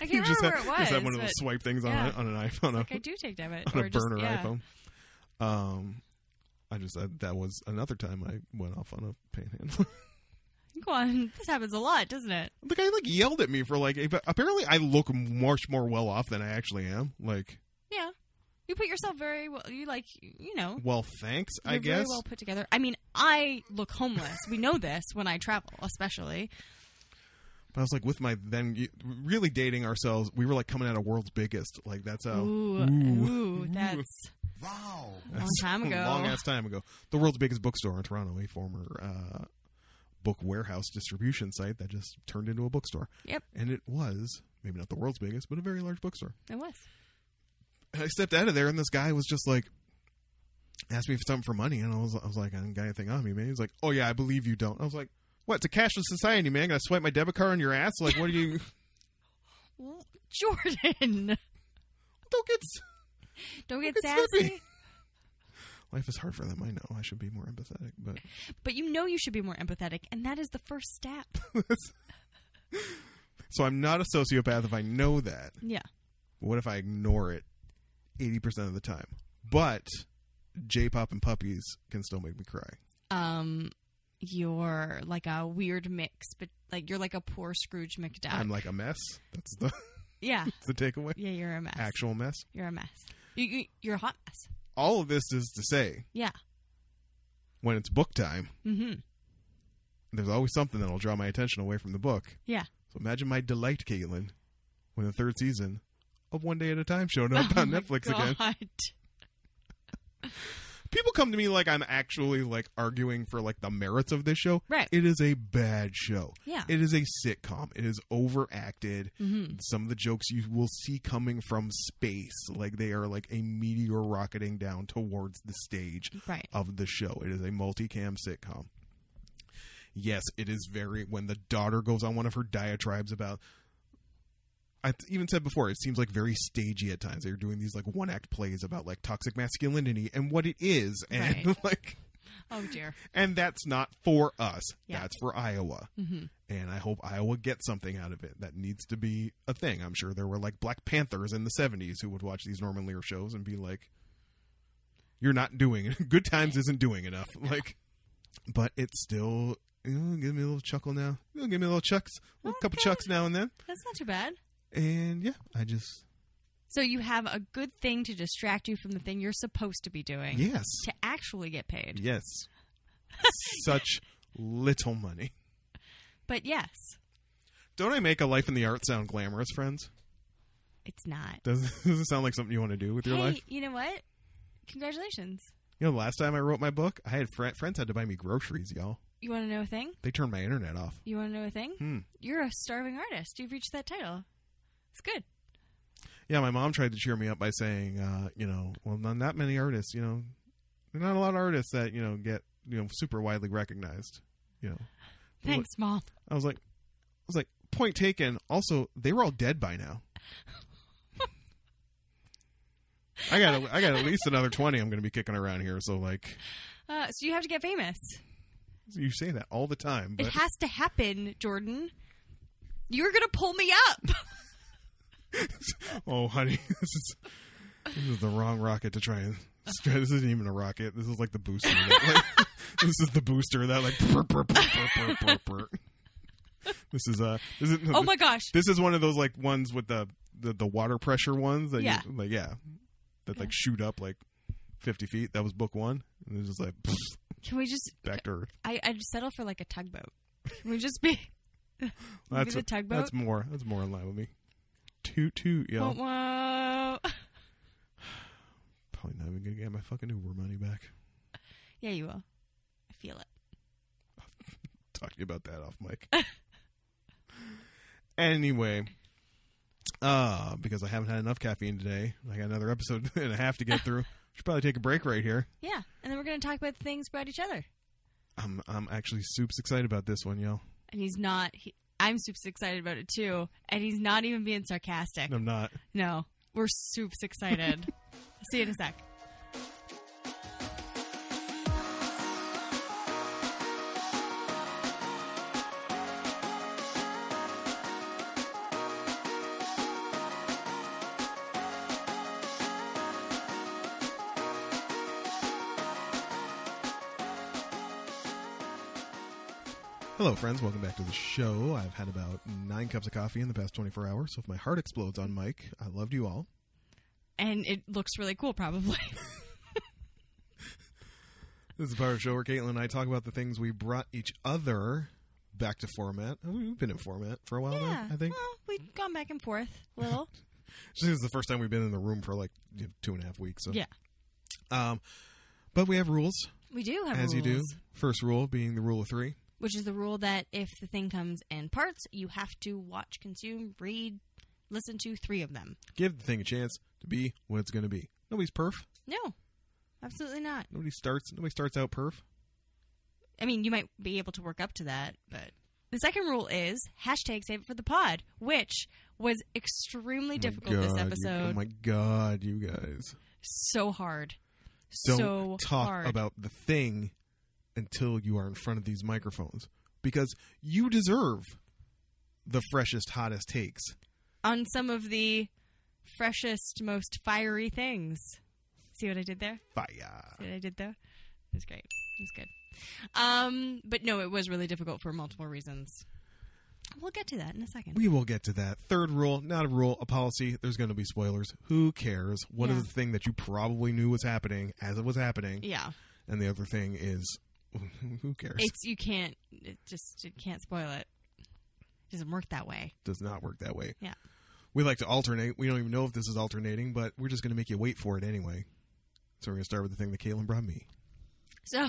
B: can't
A: You
B: remember
A: just
B: where
A: have-
B: it was.
A: Just have one of
B: but
A: those swipe things on,
B: yeah.
A: a, on an iPhone,
B: I do take debit
A: on
B: or
A: a
B: just,
A: burner
B: yeah.
A: iPhone. Um, I just I, that was another time I went off on a panhandle.
B: Go on. This happens a lot, doesn't it?
A: *laughs* the guy like yelled at me for like. if- Apparently, I look much more well off than I actually am. Like,
B: Yeah. You put yourself very well. You like, you know,
A: well, thanks,
B: you're
A: I guess.
B: very well put together. I mean, I look homeless. we know this when I travel, especially.
A: But I was like with my then really dating ourselves. We were like coming out of world's biggest. Like that's how.
B: Ooh,
A: Ooh.
B: ooh, that's
C: Wow.
B: a long time ago.
A: long ass time ago. The world's biggest bookstore in Toronto, a former uh, book warehouse distribution site that just turned into a bookstore.
B: Yep.
A: And it was maybe not the world's biggest, but a very large bookstore.
B: It was.
A: And I stepped out of there, and this guy was just like, asked me for something for money, and I was, I was like, I don't got anything on me, man. He's like, Oh yeah, I believe you don't. I was like, What? It's a cashless society, man. Gonna swipe my debit card on your ass? Like, what are you? *laughs*
B: W- Jordan, *laughs*
A: don't get. s-
B: don't get
A: It's
B: sassy.
A: slippy. Life is hard for them. I know. I should be more empathetic, but
B: But you know you should be more empathetic, and that is the first step.
A: so I'm not a sociopath if I know that.
B: Yeah.
A: What if I ignore it 80% of the time? But J pop and puppies can still make me cry.
B: Um, you're like a weird mix, but like you're like a poor Scrooge McDuck.
A: I'm like a mess. That's the, *laughs*
B: yeah,
A: that's the takeaway.
B: yeah, you're a mess.
A: Actual mess.
B: You're a mess. You, you, you're a hot mess.
A: All of this is to say,
B: Yeah.
A: when it's book time,
B: Mm-hmm.
A: there's always something that'll draw my attention away from the book.
B: Yeah.
A: So imagine my delight, Caitlin, when the third season of One Day at a Time showed
B: *laughs*
A: up
B: Oh
A: on Netflix again. People come to me like I'm actually like arguing for like the merits of this show.
B: Right.
A: It is a bad show.
B: Yeah.
A: It is a sitcom. It is overacted.
B: Mm-hmm.
A: Some of the jokes you will see coming from space, like they are like a meteor rocketing down towards the stage
B: Right.
A: of the show. It is a multicam sitcom. Yes, it is very when the daughter goes on one of her diatribes about I th- even said before, it seems like very stagey at times. They're doing these like one act plays about like toxic masculinity and what it is and *laughs*
B: Right.
A: like
B: Oh dear.
A: and that's not for us.
B: Yeah.
A: That's for Iowa
B: Mm-hmm.
A: and I hope Iowa gets something out of it. That needs to be a thing. I'm sure there were like Black Panthers in the 70s who would watch these Norman Lear shows and be like, "You're not doing *laughs* good times isn't doing enough." Like, but it's still you know, give me a little chuckle now. You know, give me a little chucks, a little couple
B: Okay.
A: chucks now and then.
B: That's not too bad.
A: And yeah, I just
B: So you have a good thing to distract you from the thing you're supposed to be doing
A: yes,
B: to actually get paid. *laughs*
A: yes, such little money.
B: But yes,
A: Don't I make a life in the art sound glamorous, friends?
B: it's not.
A: Does *laughs* does it sound like something you want to do with your
B: hey,
A: life?
B: you know what? Congratulations.
A: You know, the last time I wrote my book, I had fri friends had to buy me groceries, y'all.
B: You want to know a thing?
A: They turned my internet off.
B: You want to know a thing?
A: Hmm.
B: You're a starving artist. You've reached that title. It's good.
A: Yeah, my mom tried to cheer me up by saying, uh, you know, well, not, not many artists, you know, there are not a lot of artists that you know get you know super widely recognized. You know, Well,
B: Thanks, mom.
A: I was like, I was like, point taken. Also, they were all dead by now. I got I got at least another twenty. I'm going to be kicking around here. So like,
B: Uh, so you have to get famous.
A: you say that all the time, but
B: It has to happen, Jordan. You're gonna pull me up.
A: *laughs* oh honey, this is this is the wrong rocket to try and Stra- This isn't even a rocket. This is like the booster. That, like, *laughs* this is the booster that like. brr, brr, brr, brr, brr, brr, brr. This is uh. This is, no,
B: Oh my gosh.
A: this is one of those like ones with the the, the water pressure ones that
B: Yeah.
A: you, like yeah that like shoot up like 50 feet that was book one and it's just like
B: Can we just?
A: back to earth
B: I I'd settle for like a tugboat. Can we just be?
A: that's
B: a tugboat?
A: that's more that's more in line with me toot toot yo
B: Whoa, whoa. *laughs*
A: probably not even gonna get my fucking uber money back
B: Yeah, you will. I feel it.
A: talk to you about that off mic *laughs* anyway uh because i haven't had enough caffeine today i got another episode *laughs* and a half to get through should probably take a break right here
B: Yeah, and then we're gonna talk about things about each other.
A: i'm i'm actually soups excited about this one yo
B: And he's not. He, I'm super excited about it too. And he's not even being sarcastic.
A: i'm not
B: No, we're super
A: *laughs*
B: excited. See you in a sec.
A: Hello, friends. Welcome back to the show. I've had about nine cups of coffee in the past 24 hours, so if my heart explodes on mic, I loved you all.
B: And it looks really
A: *laughs*
B: cool, probably.
A: This is the part of the show where Caitlin and I talk about the things we brought each other back to format. Oh, We've been in format for a while now, I think.
B: Well, we've gone back and forth a little.
A: This is the first time we've been in the room for like you know, two and a half weeks. *laughs* So.
B: Yeah.
A: Um, but we have rules,
B: We do have
A: as you do.
B: rules,
A: First rule being the rule of three.
B: which is the rule that if the thing comes in parts, you have to watch, consume, read, listen to three of them.
A: Give the thing a chance to be what it's going to be. Nobody's perf.
B: No, absolutely not.
A: Nobody starts. Nobody starts out perf.
B: I mean, you might be able to work up to that, but the second rule is hashtag save it for the pod, which was extremely
A: Oh my
B: difficult this
A: God, you-
B: episode.
A: oh my god, you guys.
B: so hard.
A: don't
B: so
A: talk
B: hard.
A: about the thing until you are in front of these microphones because you deserve the freshest hottest takes
B: on some of the freshest, most fiery things. See what I did there?
A: fire
B: See what I did there? It was great. It was good. Um, but no, it was really difficult for multiple reasons. We'll get to that in a second.
A: we will get to that third rule not a rule a policy there's going to be spoilers who cares What is
B: Yeah.
A: the thing that you probably knew was happening as it was happening
B: Yeah,
A: and the other thing is *laughs* who cares
B: it's you can't. It just it can't spoil it. It doesn't work that way.
A: does not work that way
B: Yeah.
A: we like to alternate we don't even know if this is alternating but we're just going to make you wait for it anyway so we're going to start with the thing that Caitlin brought me
B: So,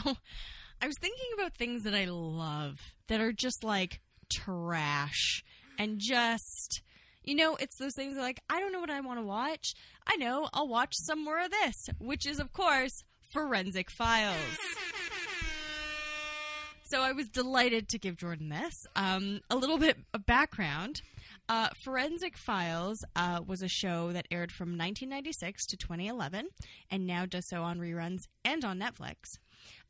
B: I was thinking about things that I love that are just like trash and just, you know, it's those things that, like, I don't know what I want to watch. I know I'll watch some more of this, which is, of course, Forensic Files. So I was delighted to give Jordan this. Um, a little bit of background. Uh, Forensic Files uh, was a show that aired from 1996 to 2011 and now does so on reruns and on Netflix.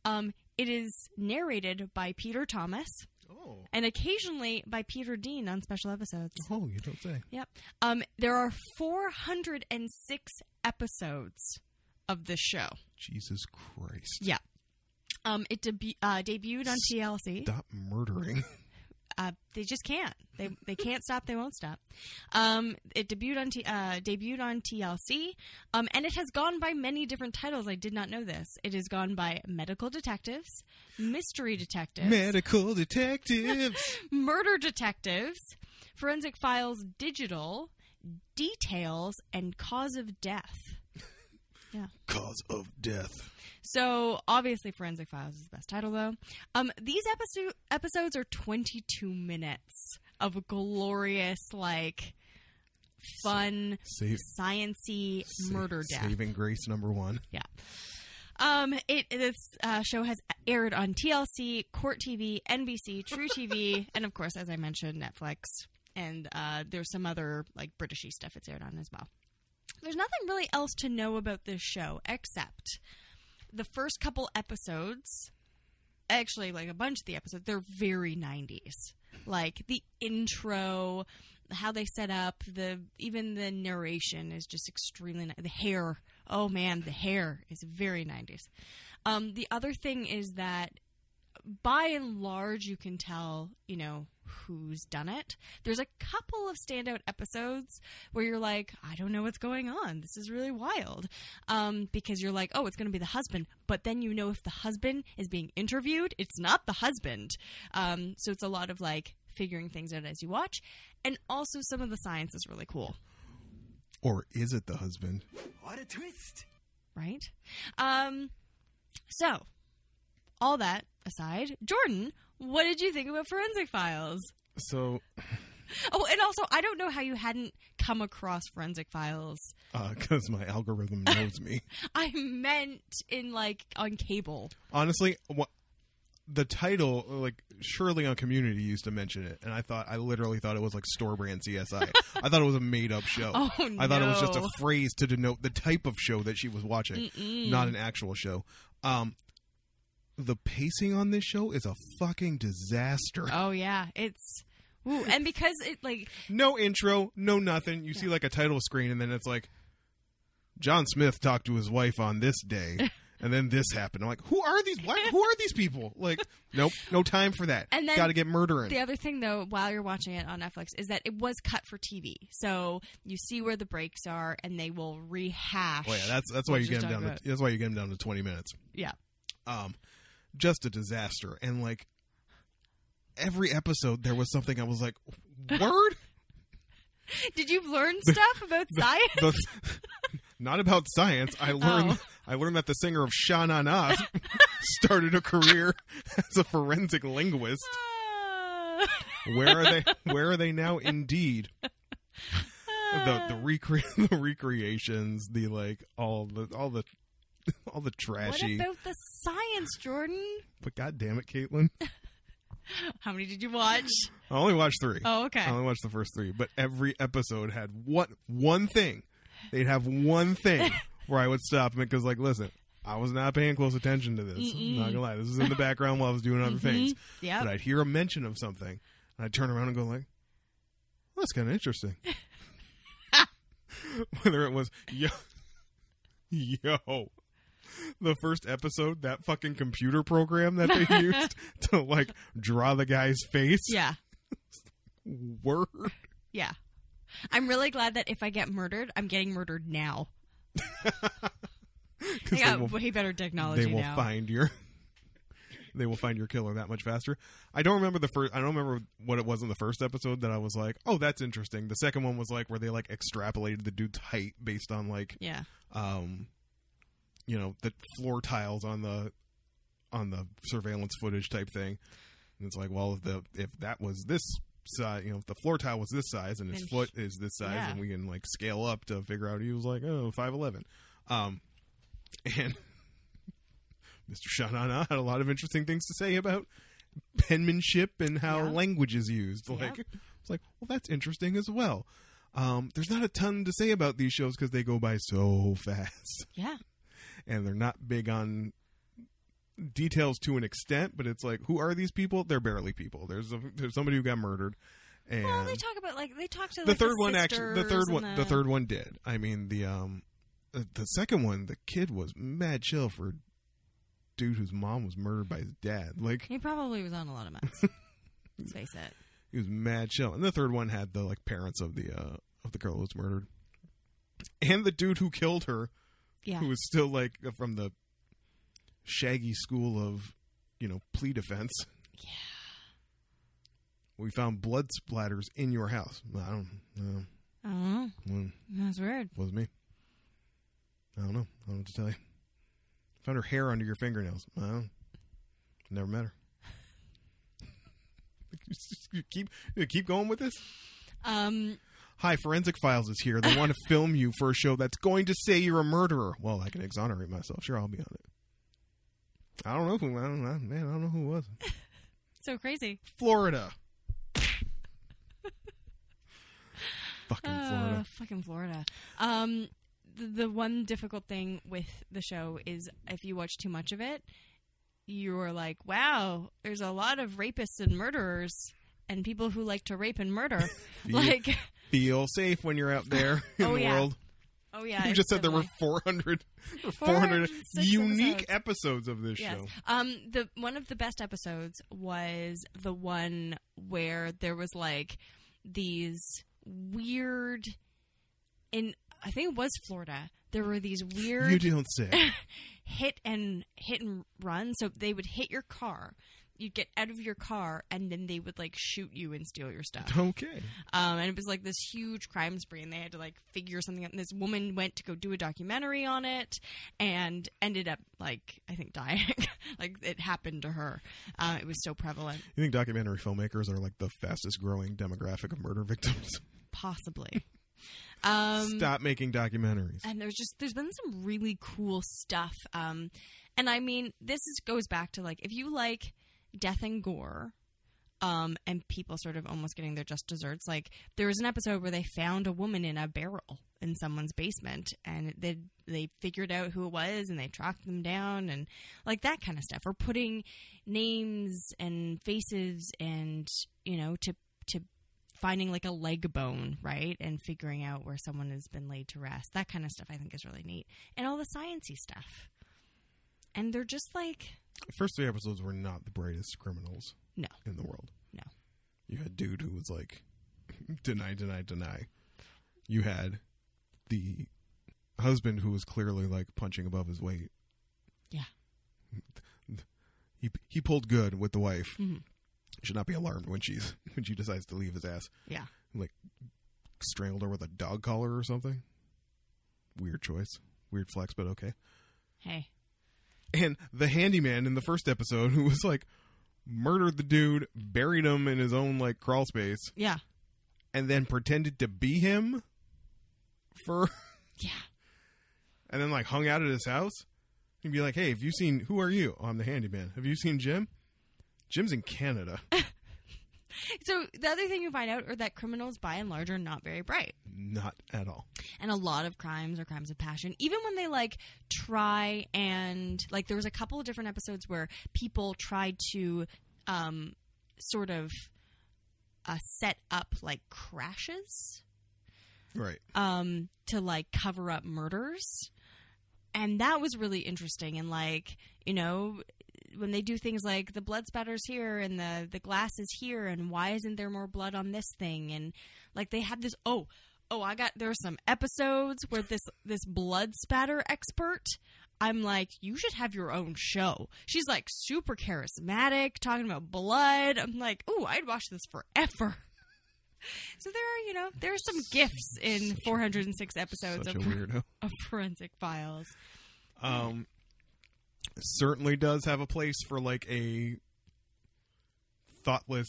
B: Um, it is narrated by Peter Thomas
A: oh
B: and occasionally by Peter Dean on special episodes.
A: Oh, you don't say.
B: Yep. Um, there are 406 episodes of this show.
A: Jesus Christ.
B: Yeah. Um, it debu- uh, debuted on TLC.
A: Stop murdering.
B: Uh, they just can't. They they can't stop. They won't stop. Um, it debuted on T- uh, debuted on TLC, um, and it has gone by many different titles. I did not know this. It has gone by medical detectives, mystery detectives,
A: Medical detectives. *laughs*
B: murder detectives, forensic files, digital details, and cause of death.
A: Cause of death.
B: So obviously, Forensic Files is the best title, though. Um, these episo- episodes are 22 minutes of glorious, like, fun,
A: Save,
B: sciency
A: save-
B: murder death.
A: Saving Grace number one.
B: Um, it this uh, show has aired on TLC, Court TV, NBC, True TV, and of course, as I mentioned, Netflix. And uh, there's some other like Britishy stuff it's aired on as well. There's nothing really else to know about this show except the first couple episodes. Actually, like a bunch of the episodes, they're very 90s. Like the intro, how they set up the even the narration is just extremely ni- the hair. Oh man, the hair is very 90s. Um, the other thing is that by and large you can tell, you know, who's done it. There's a couple of standout episodes where you're like, I don't know what's going on. This is really wild. Um, because you're like, oh, it's going to be the husband. But then you know if the husband is being interviewed, it's not the husband. Um, so it's a lot of like figuring things out as you watch. And also some of the science is really cool.
A: Or is it the husband?
C: What a twist!
B: right? Um, so, all that aside, Jordan, what did you think about Forensic Files?
A: So
B: Oh, and also, I don't know how you hadn't come across Forensic Files.
A: *laughs* because uh, my algorithm knows me.
B: I meant in like on cable.
A: Honestly, what the title, like surely on Community used to mention it, and I thought I literally thought it was like store brand CSI. I thought it was a made up show.
B: *laughs* Oh no!
A: I thought it was just *laughs* a phrase to denote the type of show that she was watching,
B: Mm-mm.
A: not an actual show. Um, the pacing on this show is a fucking disaster.
B: Oh yeah, it's. Ooh, and because it
A: *laughs*
B: like
A: No intro, no nothing. You see like a title screen, and then it's like, John Smith talked to his wife on this day,
B: *laughs*
A: and then this happened. I'm like, who are these? Why, who are these people? Like, nope, no time for that.
B: And then
A: Got to get murdering.
B: The other thing, though, while you're watching it on Netflix, is that it was cut for TV, so you see where the breaks are, and they will rehash.
A: oh yeah, that's that's why
B: We'll
A: you get
B: just
A: him
B: talk
A: down. To,
B: about it.
A: that's why you get him down to 20 minutes.
B: yeah.
A: um, just a disaster. And like every episode, there was something I was
B: *laughs*
A: like, "Word,
B: Did you learn stuff about science?
A: *laughs*
B: *laughs*
A: The- *laughs* not about science." I
B: Oh.
A: learned I learned that the singer of Sha Na Na *laughs* started a career *laughs* as a forensic linguist.
B: Ah.
A: Where are
B: *laughs*
A: they? Where are they now? Indeed, the
B: *laughs*
A: the, recre- *laughs* the recreations, the like all the all the *laughs* all the
B: what
A: trashy.
B: about the science, Jordan?
A: but god damn it, Caitlin,
B: How many did you
A: *laughs*
B: watch?
A: I only watched three.
B: Oh, okay.
A: I only watched the first three, but every episode had one one thing. They'd have one
B: *laughs*
A: thing where I would stop and because, like, listen, I was not paying close attention to this.
B: Mm-mm. Mm-hmm.
A: I'm not gonna lie, this was in the background while I was doing other things.
B: Yep.
A: But I'd hear a mention of something, and I'd turn around and go like, well, "That's kind of
B: *laughs*
A: interesting." *laughs* Whether it was yo, yo, the first episode, that fucking computer program that
B: *laughs*
A: they used to like draw the guy's face,
B: yeah.
A: word. *laughs*
B: Yeah. I'm really glad that if I get murdered, I'm getting murdered now.
A: 'Cause
B: I
A: they
B: got
A: will-
B: way better technology
A: they will
B: now.
A: find your *laughs* they will find your killer that much faster. I don't remember the first I don't remember what it was in the first episode that I was like, "Oh, that's interesting." The second one was like where they like extrapolated the dude's height based on like
B: yeah.
A: um you know, the floor tiles on the on the surveillance footage type thing. And it's like, well, if the if that was this size, you know, if the floor tile was this size and his
B: Then
A: foot is this size,
B: yeah.
A: and we can like scale up to figure out he was like, oh, 5'11. Um, and *laughs* Mr. Shanana had a lot of interesting things to say about penmanship and how
B: Yeah.
A: language is used.
B: Yep.
A: Like, it's like, well, that's interesting as well. Um, there's not a ton to say about these shows because they go by so fast *laughs*
B: Yeah.
A: and they're not big on details to an extent, but it's like, who are these people? They're barely people. There's a, there's somebody who got murdered, and
B: Well, they talk about like they talk to
A: the
B: like,
A: third one actually, the
B: sisters
A: third
B: and
A: one, the... third one did. I mean, the um, the, the second one, the kid was mad chill for a dude whose mom was murdered by his dad. Like
B: He probably was on a lot
A: *laughs*
B: of meds. Let's face it.
A: he was mad chill, and the third one had the like parents of the uh of the girl who was murdered, and the dude who killed her
B: Yeah.
A: who was still like from the shaggy school of, you know, plea defense.
B: Yeah.
A: We found blood splatters in your house. I don't know.
B: Oh,
A: Well,
B: that's weird.
A: it was me. I don't know. I don't know what to tell you. Found her hair under your fingernails. I don't know. Never met her. *laughs* You keep you keep going with this.
B: Um,
A: Hi, Forensic Files is here. They want to film you for a show that's going to say you're a murderer. Well, I can exonerate myself. Sure, I'll be on it. I don't know who. I don't know. Man, I don't know who it was.
B: so crazy. *laughs*
A: Florida. Fucking
B: Uh,
A: Florida.
B: fucking Florida. Um, the, the one difficult thing with the show is if you watch too much of it, you're like, wow, there's a lot of rapists and murderers. and people who like to rape and
A: *laughs*
B: murder.
A: Feel,
B: like, *laughs*
A: feel safe when you're out there in
B: Oh,
A: the
B: yeah.
A: world.
B: oh yeah,
A: you just said there were
B: definitely.
A: 400, 400
B: 406
A: unique episodes of this
B: Yes.
A: show.
B: Um, the one of the best episodes was the one where there was like these weird in I think it was Florida. There were these
A: You
B: weird
A: don't
B: *laughs*
A: say.
B: hit and hit and run. So they would hit your car. You'd get out of your car and then they would like shoot you and steal your
A: *laughs*
B: stuff.
A: okay.
B: Um, and it was like this huge crime spree, and they had to like figure something out. And this woman went to go do a documentary on it, and ended up like I think dying. *laughs* like it happened to her. Uh, it was so prevalent,
A: You think documentary filmmakers are like the fastest growing demographic of murder victims?
B: possibly. Um,
A: Stop making documentaries.
B: and there's just there's been some really cool stuff. Um, and I mean, this is, goes back to like if you like death and gore. Um, and people sort of almost getting their just desserts. Like there was an episode where they found a woman in a barrel in someone's basement, and they they figured out who it was, and they tracked them down, and like that kind of stuff. Or putting names and faces, and you know, to to finding like a leg bone, right, and figuring out where someone has been laid to rest. That kind of stuff I think is really neat, and all the sciency stuff. And they're just like,
A: The first three episodes were not the brightest criminals
B: No.
A: in the world.
B: No.
A: You had dude who was like *laughs* deny, deny, deny. You had the husband who was clearly like punching above his weight.
B: Yeah.
A: He he pulled good with the wife.
B: Mhm.
A: Should not be alarmed when she's *laughs* when she decides to leave his ass.
B: yeah,
A: Strangled her with a dog collar or something. Weird choice. Weird flex, but okay.
B: hey,
A: and the handyman in the first episode who was like murdered the dude, buried him in his own like crawl space,
B: yeah,
A: and then pretended to be him for *laughs*
B: yeah,
A: and then like hung out at his house. He'd be like, "Hey, have you seen who are you? Oh, I'm the handyman. Have you seen Jim? Jim's in Canada. *laughs*
B: So the other thing you find out are that criminals, by and large, are not very bright,
A: Not at all.
B: and a lot of crimes are crimes of passion. Even when they like try and like, there was a couple of different episodes where people tried to, um, sort of, uh, set up like crashes,
A: Right.
B: um, to like cover up murders, and that was really interesting. And like, you know. When they do things like the blood spatters here and the the glass is here and why isn't there more blood on this thing and like they had this oh oh i got there are some episodes where this this blood spatter expert i'm like you should have your own show she's like super charismatic talking about blood i'm like oh i'd watch this forever *laughs* so there are you know there are some gifts in
A: Such a-
B: 406 episodes
A: Such
B: of,
A: a weirdo.
B: of forensic files
A: Um, certainly does have a place for like a thoughtless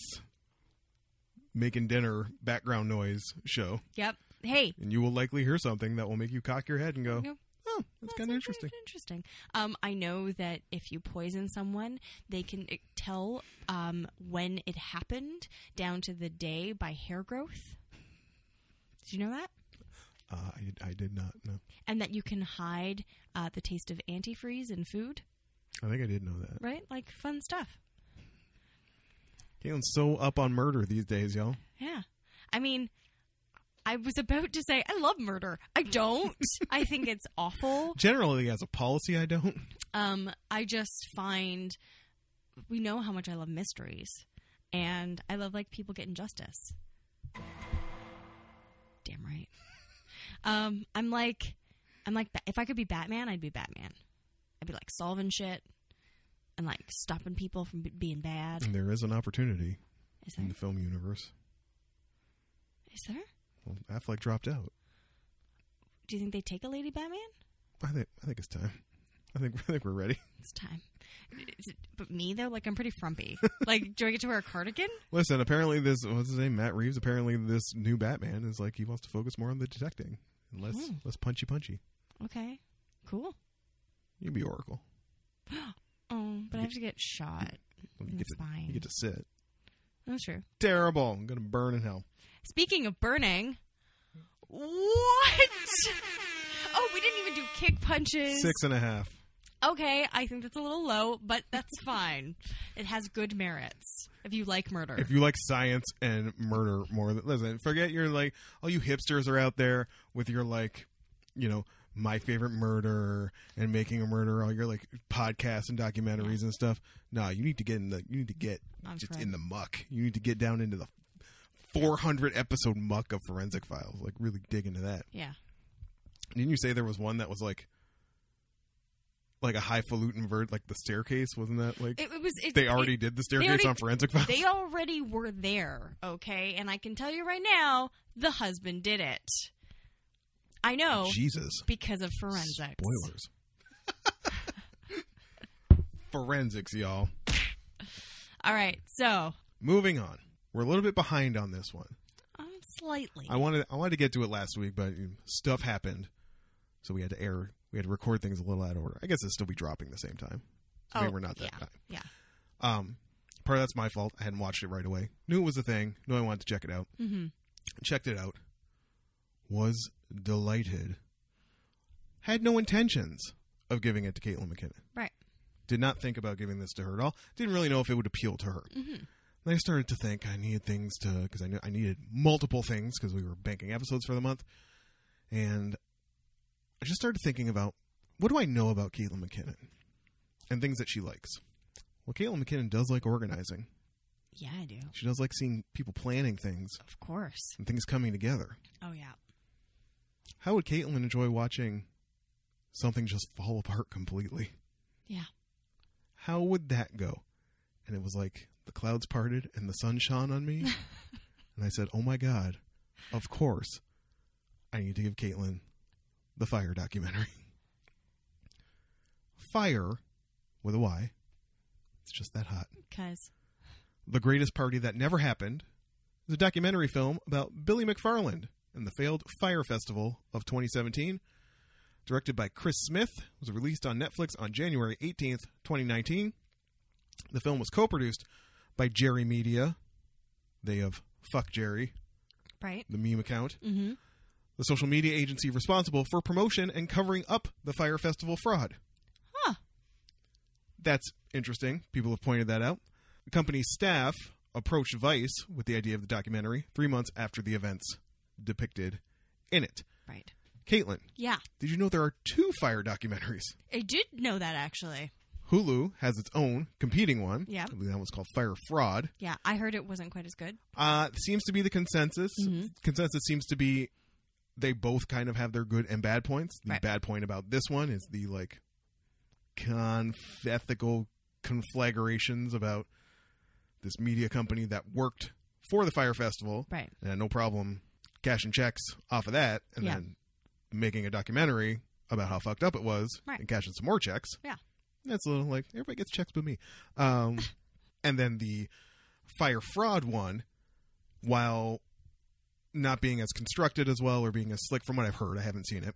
A: making dinner background noise show.
B: yep hey
A: and you will likely hear something that will make you cock your head and go,
B: Yep.
A: "Oh, that's kind of
B: very
A: interesting."
B: Interesting. Um, I know that if you poison someone, they can uh, tell um, when it happened down to the day by hair growth. Did you know that?
A: Uh, I, I did not know.
B: And that you can hide uh, the taste of antifreeze in food,
A: I think I did know that.
B: right? Like fun stuff.
A: Caitlin's so up on murder these days, y'all.
B: Yeah. I mean, I was about to say I love murder.
A: *laughs*
B: I don't. I think it's awful.
A: Generally, as a policy, I don't.
B: Um, I just find we know how much I love mysteries, and I love like people getting justice. Damn right. Um, I'm like, I'm like, if I could be Batman, I'd be Batman. I'd be like solving shit and like stopping people from b- being bad.
A: And there is an opportunity
B: Is
A: in
B: there?
A: the film universe.
B: Is there?
A: Well, Affleck dropped out.
B: Do you think they take a lady Batman?
A: I think I think it's time. I think *laughs* I think we're ready.
B: It's time. Is it- but me though, like I'm pretty frumpy. like, do I get to wear a cardigan?
A: Listen, apparently this what's his name, Matt Reeves. Apparently this new Batman is like he wants to focus more on the detecting and less
B: Hmm.
A: less punchy punchy.
B: Okay, cool.
A: You'd be Oracle.
B: Oh, but I have to get shot.
A: You
B: That's
A: get to,
B: fine.
A: you get to sit.
B: That's true.
A: Terrible. I'm gonna burn in hell.
B: Oh, Speaking of burning, what? Oh, we didn't even do kick punches.
A: Six and a half.
B: okay, I think that's a little low, but that's *laughs* fine. It has good merits if you like murder.
A: If you like science and murder more than listen, forget your like all you hipsters are out there with your like, you know, my favorite murder and making a murder, all your like podcasts and documentaries and stuff. Nah, you need to get in the you need to get
B: I'm
A: just
B: correct.
A: in the muck. You need to get down into the 400 episode muck of forensic files. Like really dig into that.
B: yeah.
A: Didn't you say there was one that was like like a highfalutin vert like the staircase wasn't that like
B: It, it was. It,
A: they
B: it-
A: already did the staircase
B: already-
A: on forensic files?
B: they already were there, okay? And I can tell you right now, the husband did it. I know
A: Jesus.
B: because of forensics.
A: Spoilers. *laughs* Forensics, y'all.
B: All right, so
A: Moving on. We're a little bit behind on this one.
B: um, slightly.
A: I wanted I wanted to get to it last week, but um, stuff happened, so we had to air. We had to record things a little out of order. I guess it'll still be dropping the same time. So maybe
B: Oh,
A: we're not that
B: yeah,
A: time.
B: yeah.
A: Um, part of that's my fault. I hadn't watched it right away. Knew it was a thing. Knew I wanted to check it out.
B: mm-hmm.
A: Checked it out. Was delighted. Had no intentions of giving it to Caitlin McKinnon.
B: Right.
A: Did not think about giving this to her at all. Didn't really know if it would appeal to her.
B: Mhm.
A: And I started to think I needed things to because I knew I needed multiple things because we were banking episodes for the month, and I just started thinking about what do I know about Caitlin McKinnon and things that she likes. Well, Caitlin McKinnon does like organizing.
B: Yeah, I do.
A: She does like seeing people planning things
B: Of course.
A: and things coming together.
B: Oh yeah.
A: How would Caitlin enjoy watching something just fall apart completely?
B: Yeah.
A: How would that go? And it was like the clouds parted and the sun shone on me. and I said, Oh my God, of course, I need to give Caitlin the fire documentary. Fire with a Y. It's just that hot.
B: Because
A: The Greatest Party That Never Happened is a documentary film about Billy McFarland and the failed Fire Festival of 2017. Directed by Chris Smith, it was released on Netflix on January 18th, 2019. The film was co produced by Jerry Media. They have Fuck Jerry,
B: right.
A: the meme account,
B: Mm-hmm.
A: the social media agency responsible for promotion and covering up the Fire Festival fraud.
B: Huh.
A: That's interesting. People have pointed that out. The company's staff approached Vice with the idea of the documentary three months after the events depicted in it.
B: Right.
A: Caitlin,
B: Yeah,
A: did you know there are two fire documentaries?
B: I did know that actually.
A: Hulu has its own competing one.
B: Yeah.
A: I believe that one's called Fire Fraud.
B: Yeah, I heard it wasn't quite as good.
A: Uh, seems to be the consensus.
B: Mhm.
A: Consensus seems to be they both kind of have their good and bad points. The
B: Right.
A: bad point about this one is the like conf- ethical conflagrations about this media company that worked for the fire festival
B: Right.
A: and had no problem cashing checks off of that and
B: Yeah.
A: then making a documentary about how fucked up it was
B: Right.
A: and cashing some more checks.
B: Yeah.
A: That's a little like everybody gets checks but me.
B: *laughs*
A: Um, and then the fire fraud one, while not being as constructed as well or being as slick from what I've heard, I haven't seen it,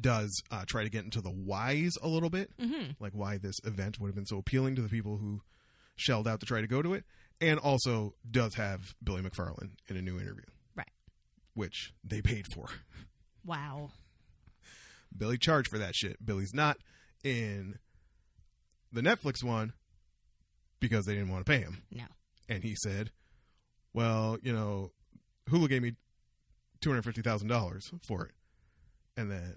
A: does uh, try to get into the whys a little bit
B: Mm-hmm.
A: like why this event would have been so appealing to the people who shelled out to try to go to it, and also does have Billy McFarlane in a new interview,
B: Right.
A: Which they paid for.
B: Wow.
A: Billy charged for that shit. Billy's not in the Netflix one because they didn't want to pay him.
B: No.
A: And he said, "Well, you know, Hulu gave me two hundred fifty thousand dollars for it," and then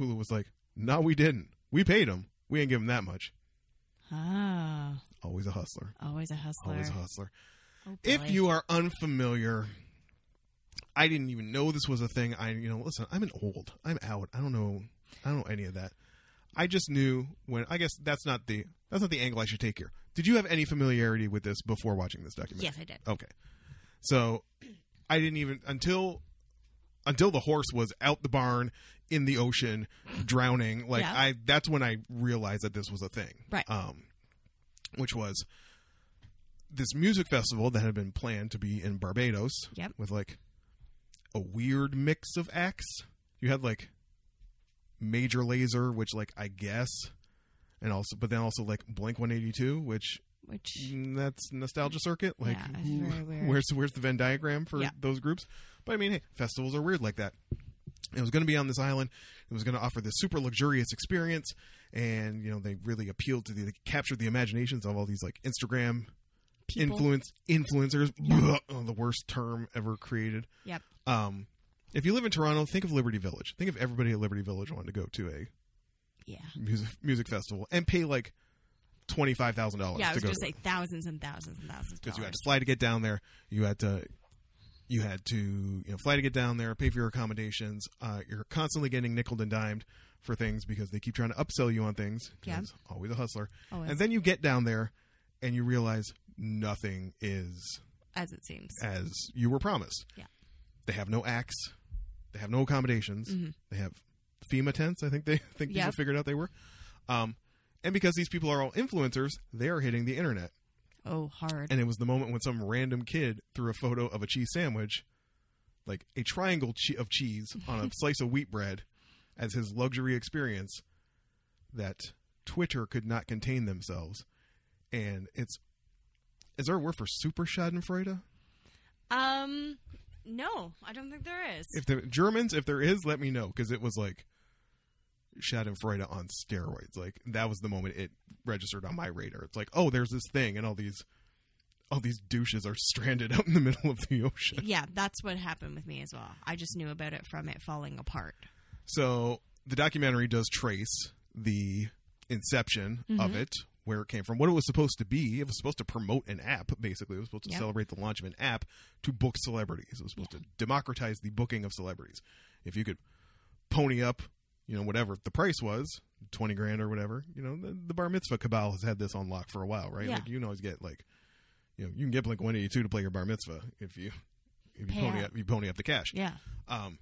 A: Hulu was like, "No, we didn't. We paid him. We ain't give him that much."
B: Oh,
A: Always a hustler.
B: always a hustler.
A: Always a hustler.
B: Oh, boy.
A: If you are unfamiliar, I didn't even know this was a thing. I, you know, listen, I'm an old. I'm out. I don't know. I don't know any of that. I just knew when. I guess that's not the that's not the angle I should take here. Did you have any familiarity with this before watching this documentary?
B: Yes, I did.
A: Okay. So I didn't even until until the horse was out the barn in the ocean drowning like
B: Yeah.
A: I that's when I realized that this was a thing.
B: Right.
A: Um which was this music festival that had been planned to be in Barbados
B: Yep.
A: with like a weird mix of acts. You had like Major Laser which like I guess and also but then also like Blink 182 which
B: Which
A: Mm, that's nostalgia circuit. Mm, Like,
B: Yeah, it's
A: who-
B: very weird.
A: where's where's the Venn diagram for
B: Yeah.
A: those groups? But I mean, hey, festivals are weird like that. It was going to be on this island. It was going to offer this super luxurious experience, and you know they really appealed to the they captured the imaginations of all these like Instagram
B: People.
A: influence influencers. *laughs* Oh, the worst term ever created.
B: Yep.
A: Um, if you live in Toronto, think of Liberty Village. Think of everybody at Liberty Village wanting to go to a
B: Yeah.
A: music music festival and pay like twenty five thousand dollars.
B: Yeah, I was
A: to go
B: going to
A: to
B: say thousands and thousands and thousands of
A: because you had
B: dollars.
A: to fly to get down there. You had to you had to you know fly to get down there, pay for your accommodations. Uh, you're constantly getting nickled and dimed for things because they keep trying to upsell you on things. 'cause
B: Yeah.
A: it's always a hustler.
B: Oh,
A: And then you get down there and you realize nothing is
B: as it seems.
A: as you were promised.
B: Yeah.
A: They have no acts. They have no accommodations.
B: Mhm.
A: They have FEMA tents. I think they *laughs* think people
B: Yep.
A: figured out they were. Um, and because these people are all influencers, they are hitting the internet
B: Oh, hard.
A: and it was the moment when some random kid threw a photo of a cheese sandwich, like a triangle che- of cheese on a slice of wheat bread, as his luxury experience that Twitter could not contain themselves. And it's is there a word for super Schadenfreude?
B: Um, no, I don't think there is.
A: If the Germans, if there is, let me know because it was like Schadenfreude on steroids. Like that was the moment it registered on my radar. It's like, oh, there's this thing, and all these. All these douches are *laughs* stranded out in the middle of the ocean.
B: yeah, that's what happened with me as well. I just knew about it from it falling apart.
A: So the documentary does trace the inception of
B: Mm-hmm.
A: it, where it came from, what it was supposed to be. It was supposed to promote an app, basically. It was supposed to
B: Yeah.
A: celebrate the launch of an app to book celebrities. It was supposed to democratize the booking of celebrities. If you could pony up, you know, whatever the price was, 20 grand or whatever, you know, the, the bar mitzvah cabal has had this on lock for a while, right?
B: Yeah.
A: Like, you can always get, like, you know, you can get Blink 182 to play your bar mitzvah if you. If you
B: Pay
A: pony
B: up.
A: up, you pony up the cash
B: Yeah.
A: um,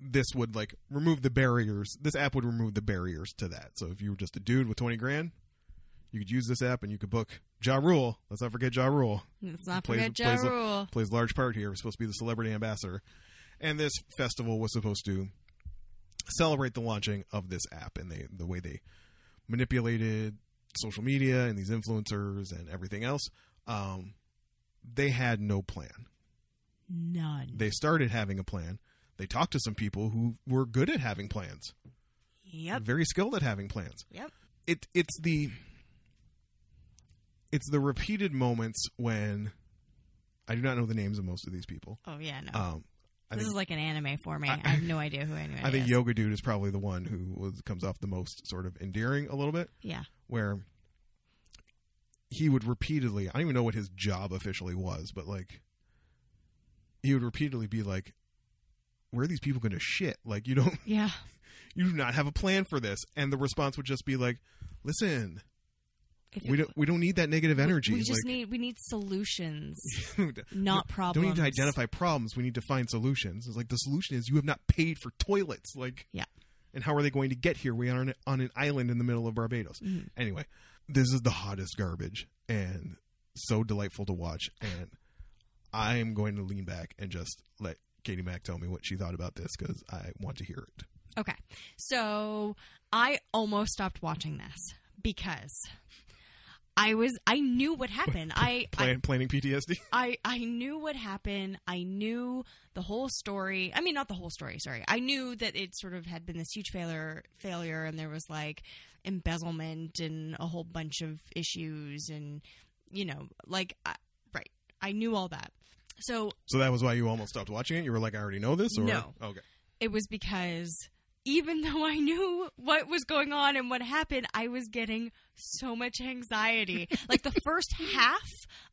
A: this would like remove the barriers. This app would remove the barriers to that. So if you were just a dude with 20 grand, you could use this app and you could book Ja Rule. Let's not forget Ja Rule.
B: Let's not
A: Plays-
B: forget Ja
A: plays a-
B: Rule.
A: Plays a large part here. He's supposed to be the celebrity ambassador. And this festival was supposed to celebrate the launching of this app and they the way they manipulated social media and these influencers and everything else. Um, they had no plan
B: None.
A: they started having a plan. They talked to some people who were good at having plans,
B: Yep.
A: very skilled at having plans.
B: Yep.
A: It it's the it's the repeated moments when I do not know the names of most of these people.
B: Oh yeah, no.
A: Um, I
B: this
A: think
B: is like an anime for me. I,
A: I-
B: have no idea who anyone
A: *laughs* I think
B: is.
A: Yoga Dude is probably the one who was, comes off the most sort of endearing a little bit,
B: yeah.
A: where he would repeatedly I don't even know what his job officially was, but like he would repeatedly be like, "Where are these people going to shit? Like you don't." *laughs*
B: Yeah.
A: you do not have a plan for this and the response would just be like listen
B: If
A: we
B: it-
A: don't we don't need that negative energy
B: We
A: like,
B: just need we need
A: *laughs*
B: solutions,
A: need don't
B: not problems.
A: need to identify problems we need to find solutions it's like the solution is you have not paid for toilets like
B: Yeah.
A: and how are they going to get here we are on, on an island in the middle of barbados
B: Mhm.
A: anyway this is the hottest garbage and so delightful to watch and i am going to lean back and just let katie mack tell me what she thought about this because i want to hear it
B: Okay. So I almost stopped watching this because I was I knew what
A: *laughs*
B: happened. I, I
A: Plan, planning ptsd
B: I I knew what happened. I knew the whole story. I mean, not the whole story. Sorry, I knew that it sort of had been this huge failure, failure, and there was like embezzlement and a whole bunch of issues, and you know, like I, right. I knew all that. So
A: *laughs* So that was why you almost stopped watching it. You were like, I already know this. Or?
B: No.
A: Okay.
B: it was because even *laughs* though I knew what was going on and what happened, I was getting so much anxiety. like the first half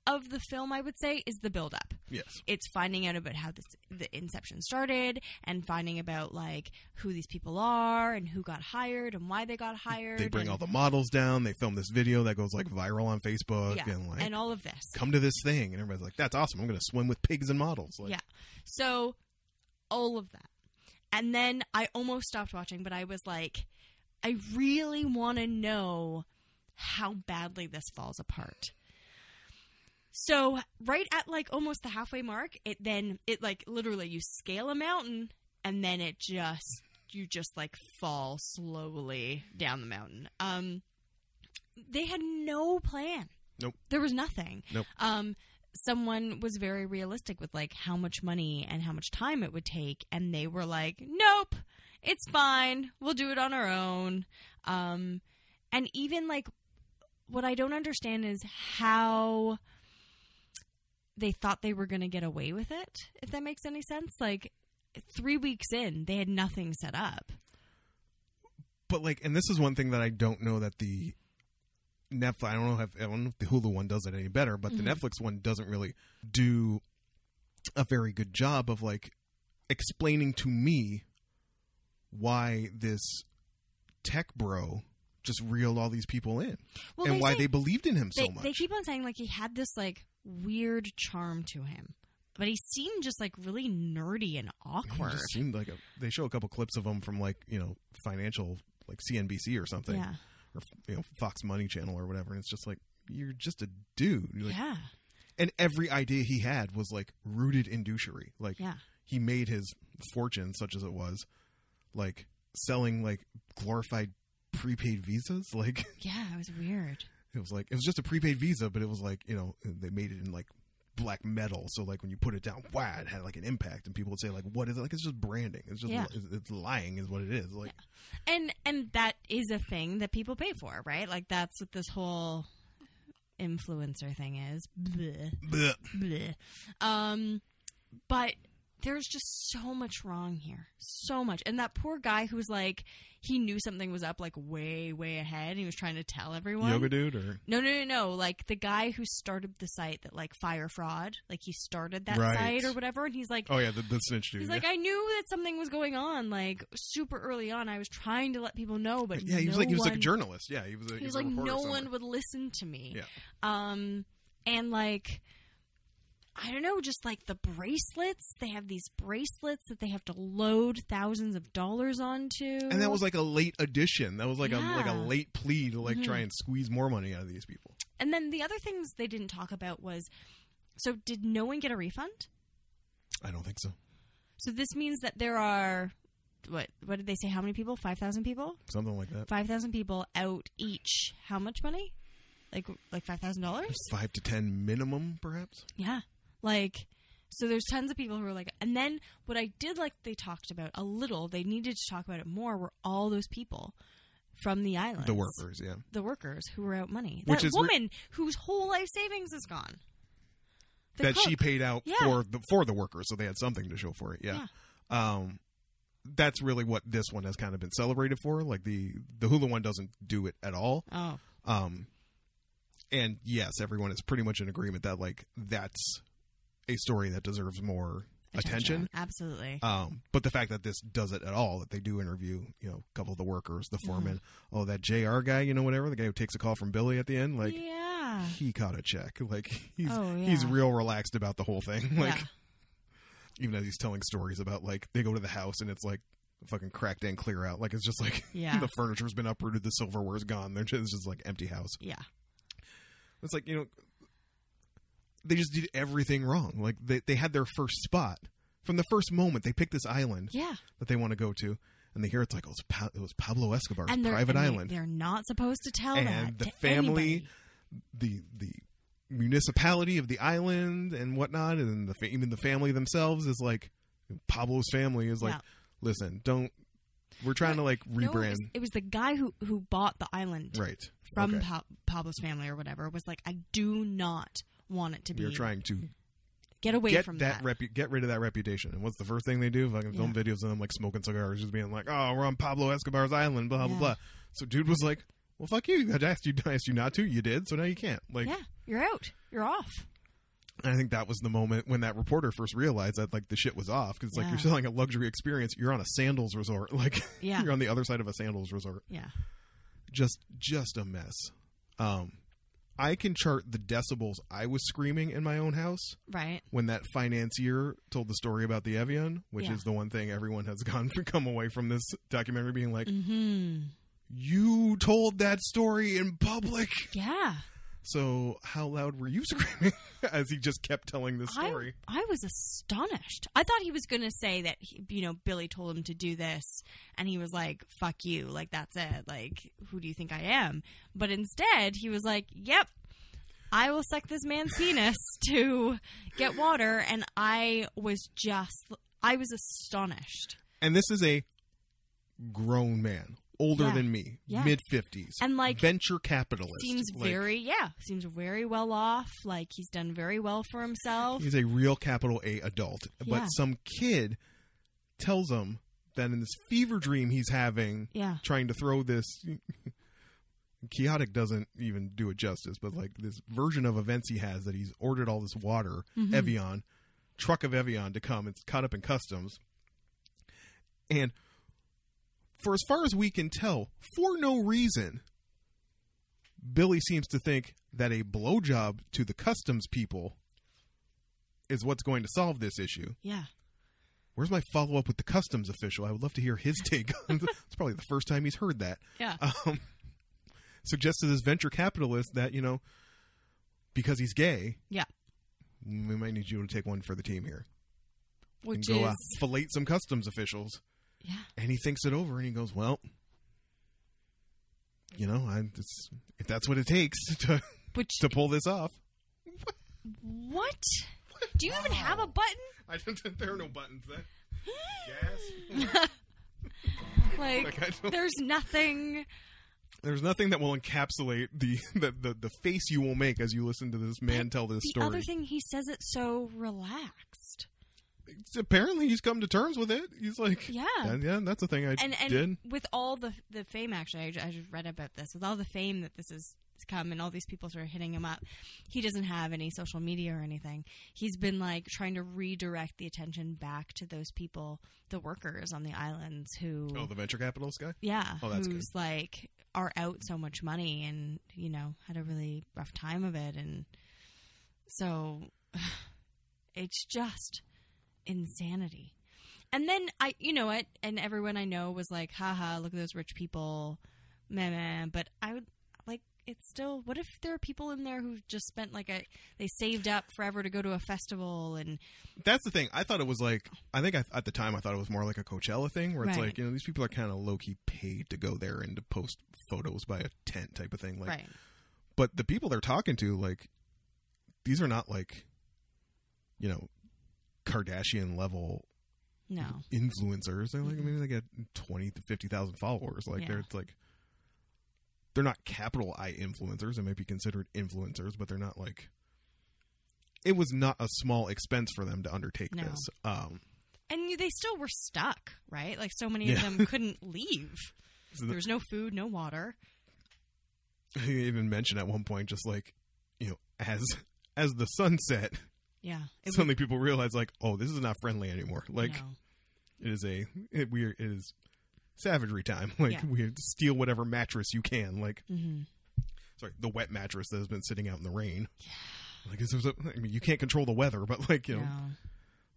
B: of the film, I would say, is the build up
A: Yes.
B: it's finding out about how this, the inception started and finding about like who these people are and who got hired and why they got hired
A: They bring
B: and,
A: all the models down. They film this video that goes like viral on Facebook
B: yeah,
A: and like
B: and all of this
A: come to this thing, and everybody's like, "That's awesome! I'm going to swim with pigs and models." Like,
B: Yeah. so all of that and then i almost stopped watching but i was like i really want to know how badly this falls apart so right at like almost the halfway mark it then it like literally you scale a mountain and then it just you just like fall slowly down the mountain um they had no plan
A: Nope.
B: there was nothing
A: Nope.
B: um someone was very realistic with like how much money and how much time it would take and they were like nope it's fine we'll do it on our own um and even like what i don't understand is how they thought they were going to get away with it if that makes any sense like 3 weeks in they had nothing set up
A: But like, and this is one thing that I don't know that the Netflix. I don't know if I don't know if the Hulu one does it any better, but
B: Mm-hmm.
A: the Netflix one doesn't really do a very good job of like explaining to me why this tech bro just reeled all these people in
B: well
A: and why
B: say-
A: they believed in him
B: they,
A: so much.
B: they keep on saying like he had this like weird charm to him, but he seemed just like really nerdy and
A: He
B: awkward.
A: just seemed like a, they show a couple clips of him from like you know financial like CNBC or something
B: Yeah,
A: or you know Fox Money Channel or whatever, and it's just like you're just a dude. You're like-
B: yeah,
A: And every idea he had was like rooted in douchery. Like
B: yeah,
A: he made his fortune, such as it was, like selling like glorified prepaid visas. *laughs* Like
B: yeah. It was weird.
A: it was like it was just a prepaid visa, but it was like you know they made it in like black metal so like when you put it down wow it had like an impact and people would say like what is it like it's just branding it's just
B: Yeah.
A: it's, it's lying is what it is like
B: And and that is a thing that people pay for, right? Like that's what this whole influencer thing is. Bleh,
A: bleh.
B: bleh. Um, but there's just so much wrong here, so much. And that poor guy who's like, he knew something was up, like way way ahead. And he was trying to tell everyone.
A: yoga dude or
B: No, no, no, no. Like the guy who started the site that like fire fraud, like he started that
A: Right.
B: site or whatever, and he's like,
A: oh yeah the, the snitch dude
B: he's
A: yeah.
B: like, I knew that something was going on, like super early on. I was trying to let people know, but
A: yeah, he was
B: no
A: like he was like a
B: one-
A: journalist. Yeah, he was. A,
B: He was
A: a
B: like,
A: reporter
B: no
A: somewhere.
B: one would listen to me.
A: Yeah.
B: Um, and like. I don't know, just like the bracelets. They have these bracelets that they have to load thousands of dollars onto.
A: And that was like a late addition. That was like a like a
B: Yeah.
A: late plea to like
B: Mhm.
A: try and squeeze more money out of these people.
B: And then the other things they didn't talk about was so did no one get a refund?
A: I don't think so.
B: So this means that there are what what did they say? How many people? Five thousand people?
A: Something like that.
B: Five thousand people out each. How much money? Like like five thousand dollars?
A: Five to ten minimum, perhaps.
B: Yeah. Like so there's tons of people who are like and then what I did like they talked about a little, they needed to talk about it more were all those people from the island.
A: The workers, yeah.
B: The workers who were out money.
A: Which
B: that
A: is re-
B: woman whose whole life savings is gone. The
A: that she
B: cook.
A: paid out
B: Yeah.
A: for the for the workers, so they had something to show for it. Yeah. Um, that's really what this one has kind of been celebrated for. Like the the Hulu one doesn't do it at all.
B: Oh.
A: Um, and yes, everyone is pretty much in agreement that like that's a story that deserves more attention.
B: Absolutely.
A: Um, but the fact that this does it at all, that they do interview, you know, a couple of the workers, the foreman, oh, that JR guy, you know, whatever, the guy who takes a call from Billy at the end, like
B: yeah.
A: he caught a check. Like he's
B: Oh, yeah.
A: he's real relaxed about the whole thing. *laughs* *laughs* Like
B: Yeah.
A: even as he's telling stories about like they go to the house and it's like fucking cracked and clear out. Like it's just like *laughs*
B: Yeah.
A: the furniture's been uprooted, the silverware's gone. They're just, it's just like empty house.
B: Yeah.
A: It's like, you know, they just did everything wrong. Like they, they had their first spot from the first moment they picked this island
B: Yeah.
A: that they want to go to, and they hear it's like oh, it's pa- it was Pablo Escobar's
B: they're-
A: private
B: and they-
A: island.
B: They're not supposed to tell
A: And
B: that
A: the
B: to
A: family-
B: anybody.
A: the the municipality of the island and whatnot, and the fa- even the family themselves is like Pablo's family is like,
B: Yeah.
A: listen, don't. We're trying to like
B: No, it was-
A: rebrand,
B: it, was, the guy who who bought the island
A: right?
B: from
A: okay.
B: pa- Pablo's family or whatever was like, I do not want it to
A: we
B: be.
A: are trying to
B: get away
A: get
B: from
A: that, repu- get rid of that reputation. And what's the first thing they do? Fucking film videos of them like smoking cigars, just being like, "Oh, we're on Pablo Escobar's island," blah blah
B: Yeah.
A: blah. So dude was like, "Well, fuck you. I asked you, I asked you not to. You did, so now you can't." Like,
B: yeah, you're out. You're off.
A: And I think that was the moment when that reporter first realized that like the shit was off because like
B: Yeah.
A: you're selling a luxury experience. You're on a sandals resort, *laughs* like
B: Yeah.
A: you're on the other side of a sandals resort.
B: Yeah.
A: Just just a mess. Um, I can chart the decibels I was screaming in my own house
B: Right.
A: when that financier told the story about the Evian, which
B: Yeah.
A: is the one thing everyone has *laughs* gone come away from this documentary being like,
B: Hmm.
A: you told that story in public.
B: Yeah.
A: So how loud were you *laughs* screaming as he just kept telling this story?
B: I, I was astonished. I thought he was going to say that he, you know Billy told him to do this, and he was like, "Fuck you!" Like that's it. Like who do you think I am? But instead, he was like, "Yep, I will suck this man's penis *laughs* to get water. And I was just, I was astonished.
A: And this is a grown man, older
B: Yeah.
A: than me,
B: Yeah.
A: mid 50s,
B: And, like,
A: venture capitalist.
B: Seems
A: Like,
B: very, yeah, seems very well off. Like he's done very well for himself.
A: He's a real capital A adult,
B: Yeah.
A: but some kid tells him that in this fever dream he's having,
B: Yeah.
A: trying to throw this. Chaotic doesn't even do it justice, but like this version of events he has that he's ordered all this water, Evian, truck of Evian to come. It's caught up in customs. And for as far as we can tell, for no reason, Billy seems to think that a blowjob to the customs people is what's going to solve this issue.
B: Yeah.
A: Where's my follow up with the customs official? I would love to hear his *laughs* take on th- It's probably the first time he's heard that.
B: Yeah.
A: Um, *laughs* suggests to this venture capitalist that, you know, because he's gay,
B: Yeah.
A: we might need you to take one for the team here. and
B: Which
A: go
B: is,
A: out, fillet some customs officials.
B: yeah.
A: And he thinks it over and he goes, well, you know, I, it's, if that's what it takes *laughs* to,
B: Which,
A: to pull this off.
B: what? Do you even have a button?
A: I don't, there are no buttons
B: *gasps*
A: then. Yes. Like, *laughs* I
B: Like,
A: don't-
B: there's nothing.
A: There's nothing that will encapsulate the, the, the, the face you will make as you listen to this man tell this
B: The
A: story.
B: other thing, he says it so relaxed.
A: It's- apparently, he's come to terms with it. He's like,
B: Yeah.
A: "That- yeah, that's a thing I
B: and and
A: did.
B: with all the the fame actually I, ju- I just read about this with all the fame that this has come and all these people sort of hitting him up he doesn't have any social media or anything he's been like trying to redirect the attention back to those people the workers on the islands who
A: Oh, the venture capitalist guy.
B: yeah
A: Oh, that's
B: who's like are out so much money and you know had a really rough time of it and so *sighs* it's just insanity and then i you know what and everyone i know was like haha look at those rich people meh meh but i would like it's still what if there are people in there who just spent like a they saved up forever to go to a festival and
A: That's the thing. I thought it was like, I think I, at the time I thought it was more like a Coachella thing, where it's
B: Right.
A: like, you know, these people are kind of low key paid to go there and to post photos by a tent type of thing. Like,
B: right
A: but the people they're talking to, like, these are not like, you know, Kardashian level mm-hmm.
B: no
A: influencers. They're like,
B: Mhm.
A: maybe they get twenty to fifty thousand followers. Like
B: Yeah.
A: they're it's like, they're not capital I influencers. They might be considered influencers, but they're not like. It was not a small expense for them to undertake
B: No.
A: this. Um,
B: and you- they still were stuck, right? Like so many
A: Yeah. *laughs*
B: of them couldn't leave.
A: so *laughs*
B: There was no food, no water.
A: they even mentioned at one point, just like, you know, as as the sunset,
B: Yeah, it
A: suddenly people realize like, oh, this is not friendly anymore.
B: was-
A: Like,
B: no.
A: it is a it, we are, it is savagery time. *laughs* Like,
B: Yeah.
A: we steal whatever mattress you can. Like,
B: Mhm.
A: sorry, the wet mattress that has been sitting out in the rain. Like, is there some- I mean, you can't control the weather, but like, you know,
B: No.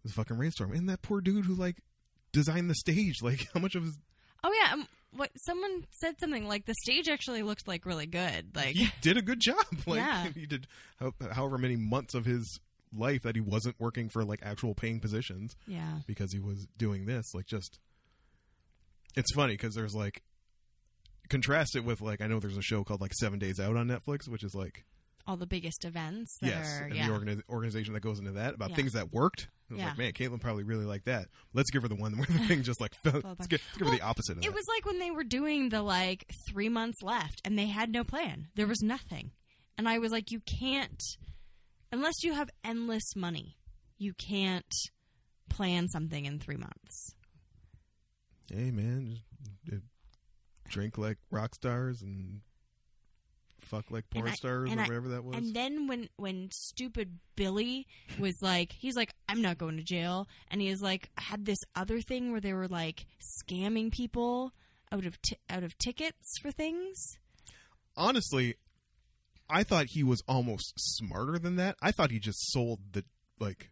A: this fucking rainstorm. And that poor dude who like designed the stage. Like, *laughs* how much of his
B: Oh yeah, um, what someone said something like the stage actually looked like really good. Like
A: he did a good job. *laughs* Like,
B: Yeah.
A: he did how, however many months of his life that he wasn't working for like actual paying positions.
B: *laughs* yeah,
A: because he was doing this. Like, just it's funny because there's like contrast it with like I know there's a show called like Seven Days Out on Netflix, which is like
B: all the biggest events. That
A: yes,
B: are,
A: and
B: yeah,
A: the organi- organization that goes into that about
B: Yeah.
A: things that worked. It was
B: Yeah.
A: like, man, Caitlin probably really liked that. Let's give her the one where the thing just like
B: *laughs*
A: fell.
B: Fell
A: Let's
B: apart.
A: give, let's give her
B: Well,
A: the opposite of
B: it
A: that.
B: was like when they were doing the like three months left and they had no plan. There was nothing, and I was like, you can't unless you have endless money. You can't plan something in three months.
A: hey, man, just, uh, drink like rock stars and fuck like porn
B: I-
A: stars
B: and
A: or
B: I-
A: whatever that was.
B: And then when when stupid Billy was like, he's like, I'm not going to jail, and he is like, had this other thing where they were like scamming people out of ti out of tickets for things.
A: honestly, I thought he was almost smarter than that. I thought he just sold the like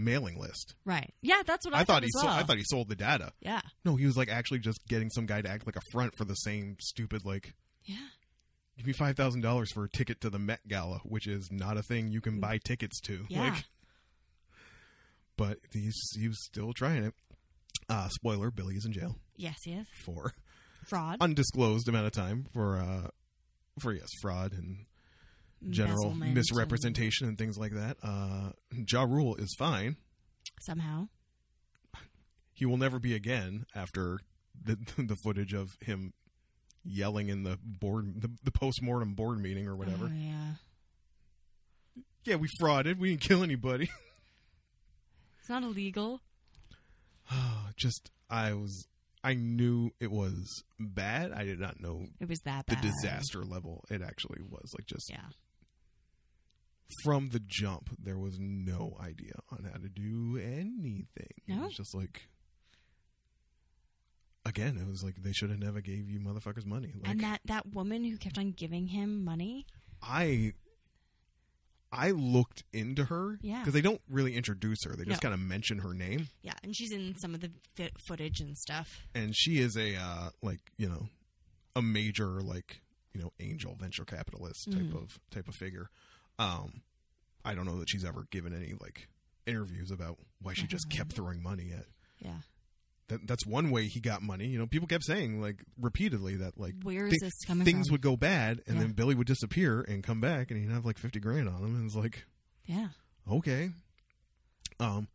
A: mailing list.
B: Right? Yeah, that's what I,
A: I, thought he
B: as
A: sold.
B: well.
A: I thought he sold the data.
B: yeah,
A: No, he was like actually just getting some guy to act like a front for the same stupid like.
B: yeah,
A: Give me five thousand dollars for a ticket to the Met Gala, which is not a thing you can buy tickets to.
B: Mm. yeah.
A: Like, but he's he was still trying it. Uh, spoiler: Billy is in jail
B: yes, yes.
A: for *laughs*
B: Fraud.
A: undisclosed amount of time for uh for yes fraud and general
B: Embezzlement
A: misrepresentation and things like that. Uh, ja Rule is fine.
B: and- somehow.
A: He will never be again after the *laughs* the footage of him yelling in the board the, the post mortem board meeting or whatever.
B: Oh, yeah.
A: Yeah, we frauded. We didn't kill anybody.
B: It's not illegal.
A: *sighs* Just I was I knew it was bad. I did not know
B: It was that
A: the
B: bad.
A: disaster level it actually was. Like just
B: Yeah.
A: from the jump, there was no idea on how to do anything. It
B: No.
A: was just like, again, it was like they should have never gave you motherfuckers money. Like
B: and that, that woman who kept on giving him money.
A: I, I looked into her
B: Yeah.
A: because they don't really introduce her; they just
B: No.
A: kind of mention her name,
B: Yeah, and she's in some of the fi- footage and stuff.
A: and she is a uh, like you know, a major like you know angel venture capitalist type
B: Mhm.
A: of type of figure. Um, I don't know that she's ever given any like interviews about why she just
B: Yeah.
A: kept throwing money at
B: Yeah.
A: that that's one way he got money. You know, people kept saying like repeatedly that like
B: Where is
A: thi-
B: this coming
A: things
B: from?
A: would go bad and
B: Yeah.
A: then Billy would disappear and come back and he'd have like fifty grand on him and it's like
B: yeah.
A: okay. Um,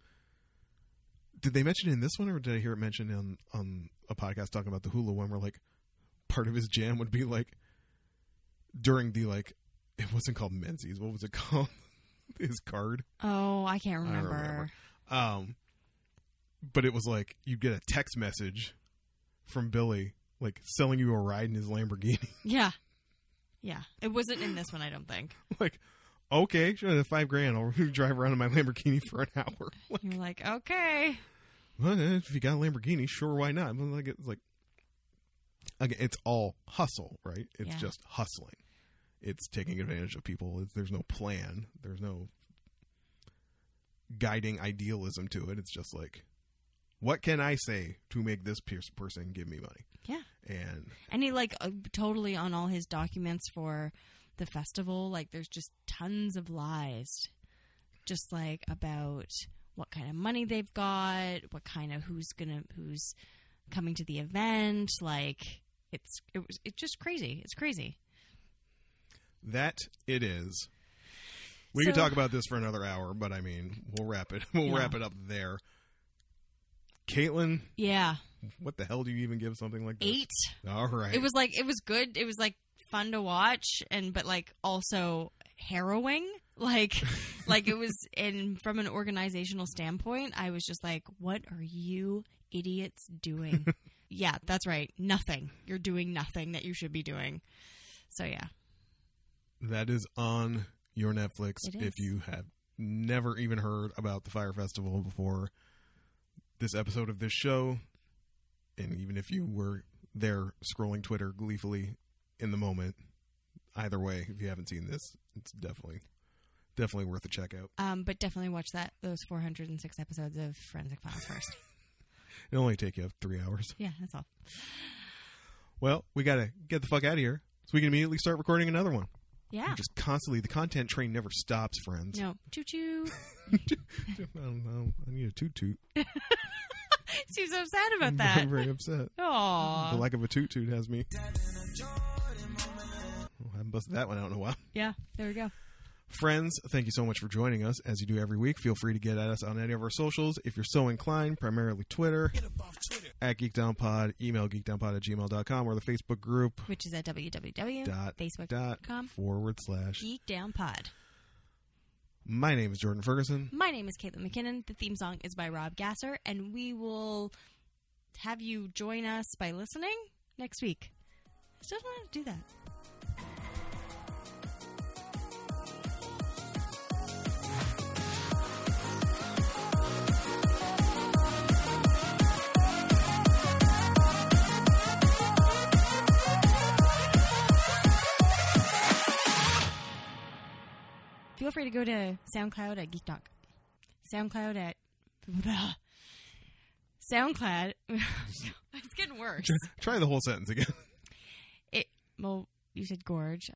A: did they mention it in this one or did I hear it mentioned on on a podcast talking about the hula one where like part of his jam would be like during the like it wasn't called Menzies what was it *laughs* called his card
B: Oh, I can't
A: I
B: remember.
A: remember. Um, but it was like you get a text message from Billy, like selling you a ride in his Lamborghini. *laughs*
B: Yeah. Yeah. It wasn't in this one, I don't think.
A: like, okay, sure, the five grand, I'll *laughs* drive around in my Lamborghini for an hour. *laughs* Like,
B: You're like, okay.
A: well, eh, if you got a Lamborghini, sure, why not? But like, it's like, again, it's all hustle, right? It's
B: Yeah.
A: just hustling. It's taking advantage of people. It's, there's no plan. There's no guiding idealism to it. It's just like, what can I say to make this pe- person give me money?
B: Yeah.
A: And
B: And he, like, uh, totally on all his documents for the festival, like, there's just tons of lies. Just, like, about what kind of money they've got, what kind of who's gonna, who's coming to the event. Like, it's, it was, it's just crazy. It's crazy.
A: that it is. We could
B: So-
A: talk about this for another hour, but I mean, we'll wrap it. *laughs* We'll
B: Yeah.
A: wrap it up there. Caitlin,
B: Yeah.
A: what the hell do you even give something like this?
B: Eight.
A: All right.
B: It was like it was good. It was like fun to watch, and but like also harrowing. *laughs* Like, like it was. And from an organizational standpoint, I was just like, "What are you idiots doing?" yeah, that's right. Nothing. You're doing nothing that you should be doing. So yeah,
A: That is on your Netflix.
B: It
A: If
B: is.
A: you have never even heard about the Fire Festival before this episode of this show, and even if you were there scrolling Twitter gleefully in the moment, either way, if you haven't seen this, it's definitely definitely worth a check out.
B: um, but definitely watch that those 406 episodes of Forensic Files first.
A: It'll only take you three hours.
B: yeah, that's all.
A: Well, we gotta get the fuck out of here so we can immediately start recording another one.
B: Yeah.
A: We're just constantly the content train never stops, friends.
B: No, choo *laughs* choo.
A: *laughs* I don't know. I need a toot toot.
B: She's so sad about
A: *laughs*
B: that.
A: I'm very upset. The
B: Oh,
A: lack of a toot toot has me. Well, I haven't busted that one out in a while.
B: yeah. There we go.
A: Friends, thank you so much for joining us. As you do every week, feel free to get at us on any of our socials if you're so inclined, primarily Twitter, at GeekDownPod, email geekdownpod at gmail.com, or the Facebook group
B: Which is at www.
A: dot
B: Facebook
A: dot
B: com.
A: forward slash.
B: Geek Down Pod.
A: My name is Jordan Ferguson.
B: My name is Caitlin McKinnon. The theme song is by Rob Gasser, and we will have you join us by listening next week. I still don't know how to do that. Feel free to go to SoundCloud at Geek Doc. SoundCloud at. *laughs* SoundCloud. *laughs* it's getting worse.
A: Try the whole sentence again.
B: It. Well, you said gorge.